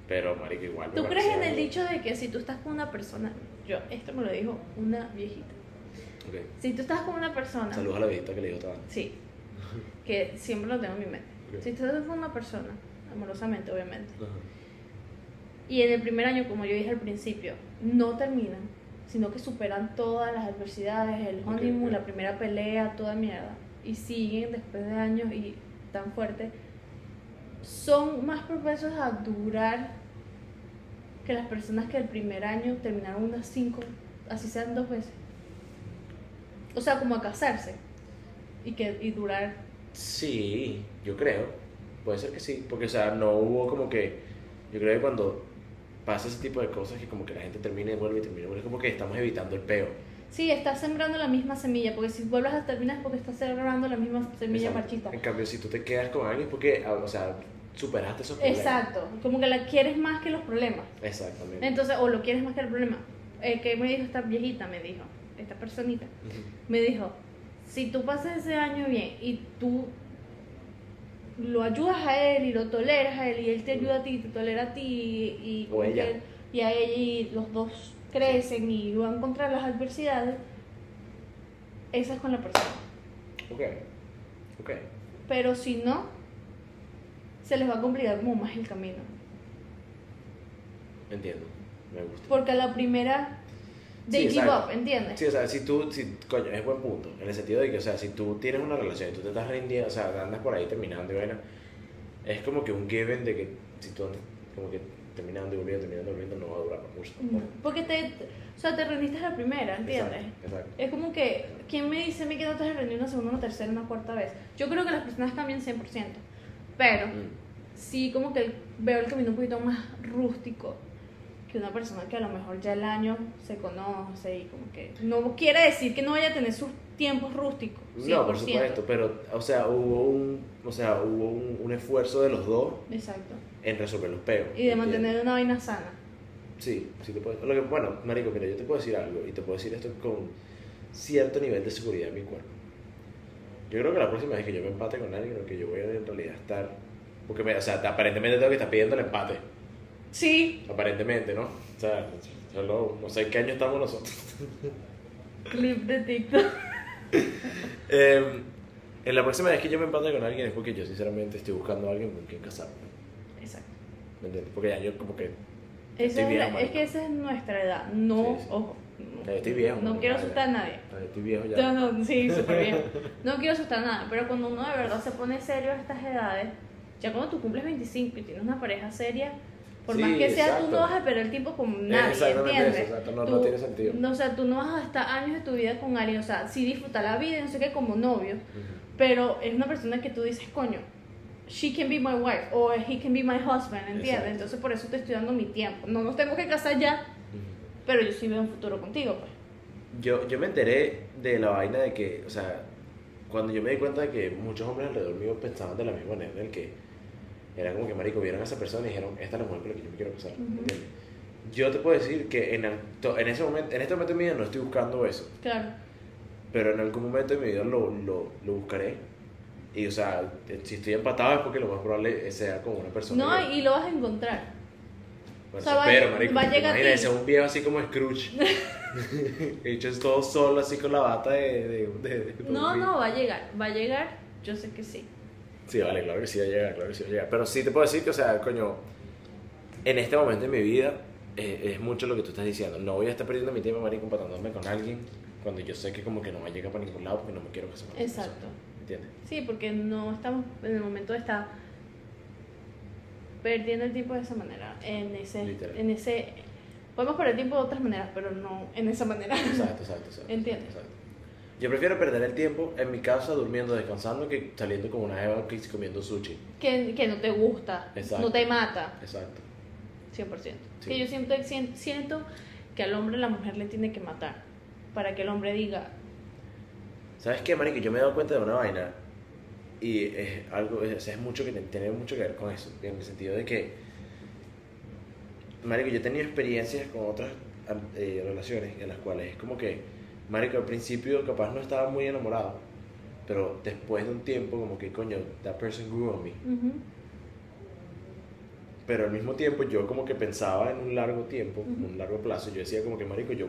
[SPEAKER 1] Pero, marico, igual. me
[SPEAKER 2] ¿Tú crees
[SPEAKER 1] parece
[SPEAKER 2] en el
[SPEAKER 1] algo-
[SPEAKER 2] dicho de que si tú estás con una persona, yo, esto me lo dijo una viejita,
[SPEAKER 1] Ok.
[SPEAKER 2] si tú estás con una persona,
[SPEAKER 1] Saludos a la viejita que le dijo esta vaina.
[SPEAKER 2] sí, que siempre lo tengo en mi mente,
[SPEAKER 1] Ok.
[SPEAKER 2] si tú estás con una persona, amorosamente obviamente, y en el primer año, como yo dije al principio, no terminan, sino que superan todas las adversidades, el
[SPEAKER 1] Ok,
[SPEAKER 2] honeymoon,
[SPEAKER 1] ok.
[SPEAKER 2] la primera pelea, toda mierda, y siguen después de años y tan fuerte, son más propensos a durar que las personas que el primer año terminaron unas cinco, así sean dos veces. O sea, como a casarse y, que, y durar.
[SPEAKER 1] Sí, yo creo. Puede ser que sí. Porque, o sea, no hubo como que. Yo creo que cuando pasa ese tipo de cosas que como que la gente termina y vuelve y termina y vuelve, es como que estamos evitando el peo.
[SPEAKER 2] Sí, estás sembrando la misma semilla, porque si vuelves a terminar es porque estás sembrando la misma semilla
[SPEAKER 1] Exacto.
[SPEAKER 2] marchita.
[SPEAKER 1] En cambio, si tú te quedas con alguien, es porque, ah, o sea, superaste esos problemas.
[SPEAKER 2] Exacto, como que la quieres más que los problemas.
[SPEAKER 1] Exactamente.
[SPEAKER 2] Entonces, o lo quieres más que el problema. Eh, que me dijo esta viejita, me dijo, esta personita,
[SPEAKER 1] Ujú.
[SPEAKER 2] me dijo, si tú pasas ese año bien y tú lo ayudas a él y lo toleras a él y él te ayuda a ti, te tolera a ti y, y,
[SPEAKER 1] O ella.
[SPEAKER 2] él- y a ella y los dos crecen y van contra las adversidades, esa es con la persona.
[SPEAKER 1] Ok. Ok.
[SPEAKER 2] Pero si no, se les va a complicar como más el camino.
[SPEAKER 1] Entiendo. me gusta.
[SPEAKER 2] Porque a la primera,
[SPEAKER 1] Sí,
[SPEAKER 2] they give
[SPEAKER 1] exacto.
[SPEAKER 2] up, ¿entiendes?
[SPEAKER 1] Sí, o sea, si tú, si, coño, es buen punto, en el sentido de que, o sea, si tú tienes una relación y tú te estás rindiendo, o sea, andas por ahí terminando y vaina, es como que un given de que si tú andas como que terminando y volviendo, terminando y volviendo, no va a durar mucho
[SPEAKER 2] No,
[SPEAKER 1] tampoco.
[SPEAKER 2] Porque te, o sea, te rendiste a la primera, Mm, ¿entiendes?
[SPEAKER 1] Exacto, exacto.
[SPEAKER 2] Es como que, ¿quién me dice a mí que no te has rendido una segunda, una tercera, una cuarta vez? Yo creo que las personas cambian 100%, pero
[SPEAKER 1] Mm,
[SPEAKER 2] sí como que veo el camino un poquito más rústico que una persona que a lo mejor ya el año se conoce y como que no quiere decir que no vaya a tener sus tiempos rústicos. 100%.
[SPEAKER 1] No, por supuesto, pero, o sea, hubo un, o sea, hubo un, un esfuerzo de los dos
[SPEAKER 2] Exacto.
[SPEAKER 1] en resolver los peos.
[SPEAKER 2] Y de
[SPEAKER 1] ¿entiendes?
[SPEAKER 2] mantener una vaina sana.
[SPEAKER 1] Sí, sí te puedo. Lo que, bueno, Marico, mira, yo te puedo decir algo y te puedo decir esto con cierto nivel de seguridad en mi cuerpo. Yo creo que la próxima vez que yo me empate con alguien, lo que yo voy a en realidad estar. Porque, me- o sea, aparentemente tengo que estar pidiendo el empate.
[SPEAKER 2] Sí,
[SPEAKER 1] Aparentemente, ¿no? O sea, hello, no sé en qué año estamos nosotros.
[SPEAKER 2] clip de TikTok.
[SPEAKER 1] Eh, en la próxima vez que yo me empate con alguien es porque yo, sinceramente, estoy buscando a alguien con quien casarme.
[SPEAKER 2] Exacto.
[SPEAKER 1] ¿Me entiendes? Porque ya yo, como que.
[SPEAKER 2] Esa
[SPEAKER 1] Estoy
[SPEAKER 2] es,
[SPEAKER 1] viejo,
[SPEAKER 2] la-
[SPEAKER 1] marico.
[SPEAKER 2] es que esa es nuestra edad. No,
[SPEAKER 1] Sí, sí.
[SPEAKER 2] ojo.
[SPEAKER 1] Ya yo estoy viejo.
[SPEAKER 2] No
[SPEAKER 1] marico,
[SPEAKER 2] quiero
[SPEAKER 1] ya, ya.
[SPEAKER 2] asustar a nadie.
[SPEAKER 1] Ya yo Estoy viejo ya.
[SPEAKER 2] No, no, sí, súper bien. No quiero asustar nada, pero cuando uno de verdad se pone serio a estas edades, ya cuando tú cumples 25 y tienes una pareja seria, por
[SPEAKER 1] Sí,
[SPEAKER 2] más que sea, tú
[SPEAKER 1] exacto.
[SPEAKER 2] no vas a perder el tiempo con nadie,
[SPEAKER 1] Exactamente eso,
[SPEAKER 2] ¿entiendes?
[SPEAKER 1] exacto, no-
[SPEAKER 2] Tú-
[SPEAKER 1] no tiene sentido.
[SPEAKER 2] no, o sea, tú no vas a estar años de tu vida con alguien, o sea, sí disfrutar la vida, y no sé qué, como novio,
[SPEAKER 1] Ujú.
[SPEAKER 2] pero es una persona que tú dices, coño, she can be my wife, o he can be my husband, ¿entiendes?
[SPEAKER 1] Exacto.
[SPEAKER 2] Entonces por eso te estoy dando mi tiempo. No nos tenemos que casar ya,
[SPEAKER 1] Ujú.
[SPEAKER 2] pero yo sí veo un futuro contigo, pues.
[SPEAKER 1] Yo, yo me enteré de la vaina de que, o sea, cuando yo me di cuenta de que muchos hombres alrededor mío pensaban de la misma manera, del que era como que, marico, vieron a esa persona y dijeron, esta es la mujer con la que yo me quiero casar,
[SPEAKER 2] Ujú.
[SPEAKER 1] ¿entiendes? Yo te puedo decir que en, al- to- en, ese momento, en este momento de mi vida no estoy buscando eso,
[SPEAKER 2] Claro.
[SPEAKER 1] pero en algún momento de mi vida lo, lo, lo buscaré. Y, o sea, si estoy empatado es porque lo más probable sea con una persona.
[SPEAKER 2] No,
[SPEAKER 1] que-
[SPEAKER 2] y lo vas a encontrar.
[SPEAKER 1] Bueno,
[SPEAKER 2] o sea, va-
[SPEAKER 1] pero, marico,
[SPEAKER 2] va a llegar a ti.
[SPEAKER 1] imagínese un viejo así como Scrooge. Hecho es todo solo, así con la bata de... de, de- de-
[SPEAKER 2] No, no, va a llegar, va a llegar, yo sé que sí.
[SPEAKER 1] Sí, vale, claro que sí va a llegar, claro que sí va a llegar. Pero sí te puedo decir que, o sea, coño, en este momento de mi vida eh, es mucho lo que tú estás diciendo. No voy a estar perdiendo mi tiempo, marico, empatándome con alguien cuando yo sé que como que no va a llegar para ningún lado porque no me quiero casar con esa persona.
[SPEAKER 2] Exacto.
[SPEAKER 1] ¿Entiendes?
[SPEAKER 2] Sí, porque no estamos en el momento de estar perdiendo el tiempo de esa manera. En ese,
[SPEAKER 1] Literal.
[SPEAKER 2] en ese, podemos perder tiempo de otras maneras, pero no en esa manera.
[SPEAKER 1] Exacto, exacto, exacto.
[SPEAKER 2] Entiendo.
[SPEAKER 1] Exacto. Yo prefiero perder el tiempo en mi casa durmiendo, descansando, que saliendo con una jeva que- comiendo sushi.
[SPEAKER 2] que, que no te gusta,
[SPEAKER 1] Exacto.
[SPEAKER 2] no te mata,
[SPEAKER 1] Exacto.
[SPEAKER 2] 100%.
[SPEAKER 1] Sí.
[SPEAKER 2] Que yo siento, sien- siento que al hombre la mujer le tiene que matar para que el hombre diga,
[SPEAKER 1] ¿Sabes qué, marico? Yo me he dado cuenta de una vaina y es algo, es, es mucho que tiene mucho que ver con eso, en el sentido de que, marico, yo he tenido experiencias con otras am- eh, relaciones en las cuales es como que, marico, al principio capaz no estaba muy enamorado, pero después de un tiempo como que, coño, that person grew on me.
[SPEAKER 2] "Ujú,
[SPEAKER 1] Pero al mismo tiempo yo como que pensaba en un largo tiempo,
[SPEAKER 2] Ujú.
[SPEAKER 1] en un largo plazo, yo decía como que, marico, yo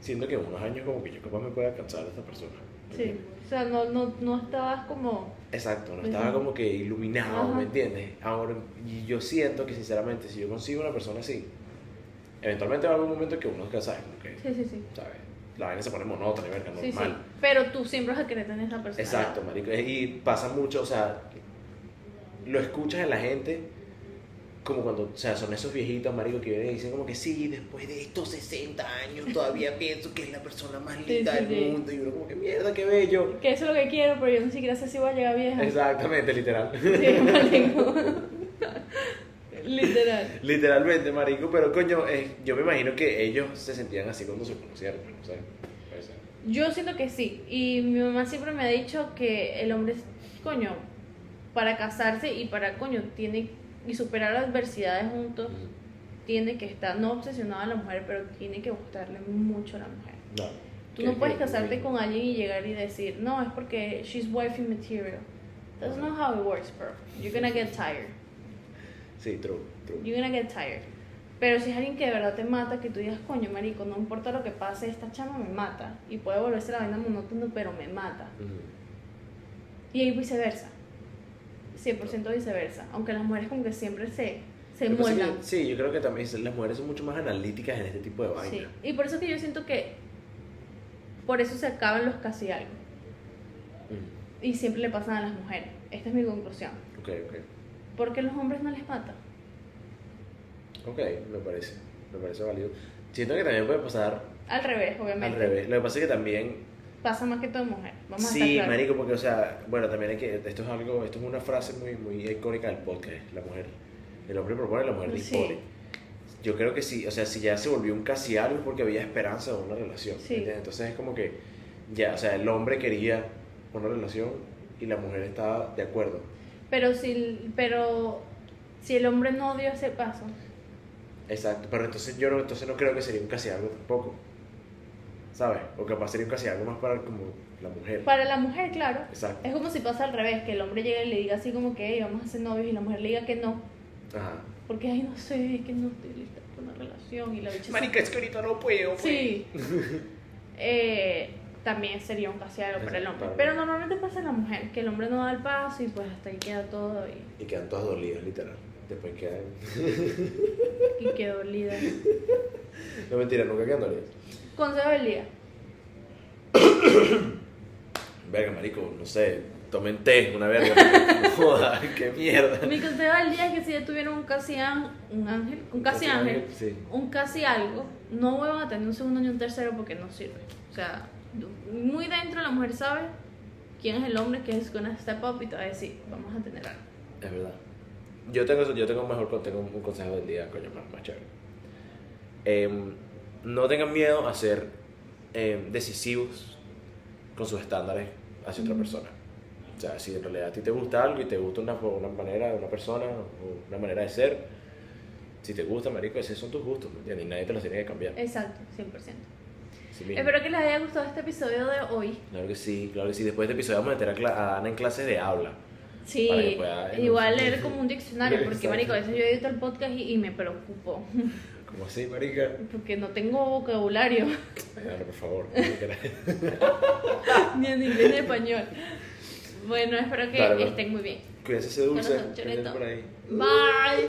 [SPEAKER 1] siento que en unos años como que yo capaz me pueda cansar de esta persona.
[SPEAKER 2] sí. O sea, no, no, no estabas como...
[SPEAKER 1] Exacto, no
[SPEAKER 2] Ujú.
[SPEAKER 1] estaba como que iluminado,
[SPEAKER 2] Ajá.
[SPEAKER 1] ¿me entiendes? Ahora, y yo siento que sinceramente, si yo consigo una persona así, eventualmente va a haber un momento que uno se casa, como que,
[SPEAKER 2] Sí, sí, sí.
[SPEAKER 1] ¿sabes? La vaina se pone monótona, verga,
[SPEAKER 2] Sí, sí.
[SPEAKER 1] normal.
[SPEAKER 2] Pero tú siempre vas a querer tener esa persona.
[SPEAKER 1] Exacto, marico. Y pasa mucho, o sea, lo escuchas en la gente, como cuando, o sea, son esos viejitos, marico, que vienen y dicen como que sí, después de estos 60 años todavía pienso que es la persona más
[SPEAKER 2] Sí,
[SPEAKER 1] linda
[SPEAKER 2] sí,
[SPEAKER 1] del
[SPEAKER 2] sí.
[SPEAKER 1] mundo, y uno como que mierda, qué bello.
[SPEAKER 2] Que eso es lo que quiero, pero yo ni siquiera sé si voy a llegar vieja.
[SPEAKER 1] Exactamente, literal.
[SPEAKER 2] Sí, marico. Literal.
[SPEAKER 1] Literalmente, marico, pero coño, eh, yo me imagino que ellos se sentían así cuando se conocieron, no sé. puede ser.
[SPEAKER 2] Yo siento que sí. Y mi mamá siempre me ha dicho que el hombre, es, coño, para casarse y para, coño, tiene y superar las adversidades juntos, tiene que estar, no obsesionada a la mujer, pero tiene que gustarle mucho a la mujer.
[SPEAKER 1] No.
[SPEAKER 2] Tú no puedes casarte con alguien y llegar y decir, no, es porque she's wife material. That's not how it works, bro. You're gonna get tired.
[SPEAKER 1] Sí, true, true.
[SPEAKER 2] You're gonna get tired. Pero si es alguien que de verdad te mata, que tú digas, coño, marico, no importa lo que pase, esta chama me mata. Y puede volverse la vaina monótona, pero me mata.
[SPEAKER 1] Ujú.
[SPEAKER 2] Y ahí viceversa. 100% viceversa. Aunque las mujeres como que siempre se, se
[SPEAKER 1] Lo que pasa es que-
[SPEAKER 2] muelan.
[SPEAKER 1] Sí, yo creo que también las mujeres son mucho más analíticas en este tipo de
[SPEAKER 2] Sí.
[SPEAKER 1] vainas.
[SPEAKER 2] Y por eso que yo siento que por eso se acaban los casi algo.
[SPEAKER 1] Mm,
[SPEAKER 2] Y siempre le pasan a las mujeres. Esta es mi conclusión.
[SPEAKER 1] Ok, ok.
[SPEAKER 2] Porque los hombres no les matan.
[SPEAKER 1] Ok, me parece. Me parece válido. Siento que también puede pasar
[SPEAKER 2] Al revés, obviamente.
[SPEAKER 1] al revés. Lo que pasa es que también
[SPEAKER 2] Pasa más que todo en mujer. Vamos a
[SPEAKER 1] sí,
[SPEAKER 2] estar claros.
[SPEAKER 1] marico, porque, o sea, bueno, también hay que, esto es algo, esto es una frase muy, muy icónica del podcast, la mujer, el hombre propone, la mujer
[SPEAKER 2] Sí.
[SPEAKER 1] dispone. Yo creo que sí, o sea, si ya se volvió un casi algo es porque había esperanza de una relación,
[SPEAKER 2] Sí.
[SPEAKER 1] ¿entiendes? Entonces es como que, ya, o sea, el hombre quería una relación y la mujer estaba de acuerdo.
[SPEAKER 2] Pero si, pero si el hombre no dio ese paso,
[SPEAKER 1] Exacto, pero entonces yo no, entonces no creo que sería un casi algo tampoco, ¿sabes? O capaz sería un casi algo más para como la mujer.
[SPEAKER 2] para la mujer, claro,
[SPEAKER 1] Exacto,
[SPEAKER 2] es como si pasa al revés, que el hombre llega y le diga así como que "Ey, vamos a ser novios y la mujer le diga que no,
[SPEAKER 1] ajá.
[SPEAKER 2] porque ay, no sé, es que no estoy lista para una relación y la bicha se-
[SPEAKER 1] Marica, es que ahorita no puedo. pues.
[SPEAKER 2] Sí. Eh, también sería un casi algo para el hombre. Pero normalmente pasa en la mujer, que el hombre no da el paso y pues hasta ahí queda todo y,
[SPEAKER 1] Y quedan todas dolidas, literal. Después quedan.
[SPEAKER 2] y queda dolida.
[SPEAKER 1] No mentira, nunca quedan dolidas.
[SPEAKER 2] Consejo del día.
[SPEAKER 1] Verga, marico, no sé. Tomen té, una verga. porque- Joda, qué mierda.
[SPEAKER 2] Mi consejo del día es que si ya tuvieron un casi ángel, un ángel, un casi ángel,
[SPEAKER 1] Sí.
[SPEAKER 2] un casi algo, no vuelvan a tener un segundo ni un tercero porque no sirve. O sea, muy dentro la mujer sabe quién es el hombre que es gonna step up y te va a decir, vamos a tener algo.
[SPEAKER 1] Es verdad. Yo tengo, eso- yo tengo un mejor tengo un consejo del día, coño, más, más chévere. Em, no tengan miedo a ser em, decisivos con sus estándares hacia otra
[SPEAKER 2] Ujú.
[SPEAKER 1] persona. O sea, si en realidad a ti te gusta algo y te gusta una, una manera de una persona o una manera de ser, si te gusta, marico, esos son tus gustos, ¿me entiendes? Y nadie te los tiene que cambiar.
[SPEAKER 2] Exacto, 100%.
[SPEAKER 1] Sí mismo.
[SPEAKER 2] Espero que les haya gustado este episodio de hoy.
[SPEAKER 1] Claro que sí, claro que sí. Después de este episodio vamos a meter a, Cla- a Ana en clases de habla.
[SPEAKER 2] Sí,
[SPEAKER 1] Para que pueda-
[SPEAKER 2] igual leer como un diccionario, porque
[SPEAKER 1] Exacto.
[SPEAKER 2] marico, a veces yo edito el podcast y, y me preocupo,
[SPEAKER 1] ¿Cómo así, marica?
[SPEAKER 2] porque no tengo vocabulario,
[SPEAKER 1] Dale, por favor.
[SPEAKER 2] ni en inglés ni en español. Bueno, espero que
[SPEAKER 1] Dale, pues.
[SPEAKER 2] estén muy bien.
[SPEAKER 1] Cuídense ese dulce.
[SPEAKER 2] Corazón,
[SPEAKER 1] que anden
[SPEAKER 2] Choreto.
[SPEAKER 1] por ahí.
[SPEAKER 2] Bye.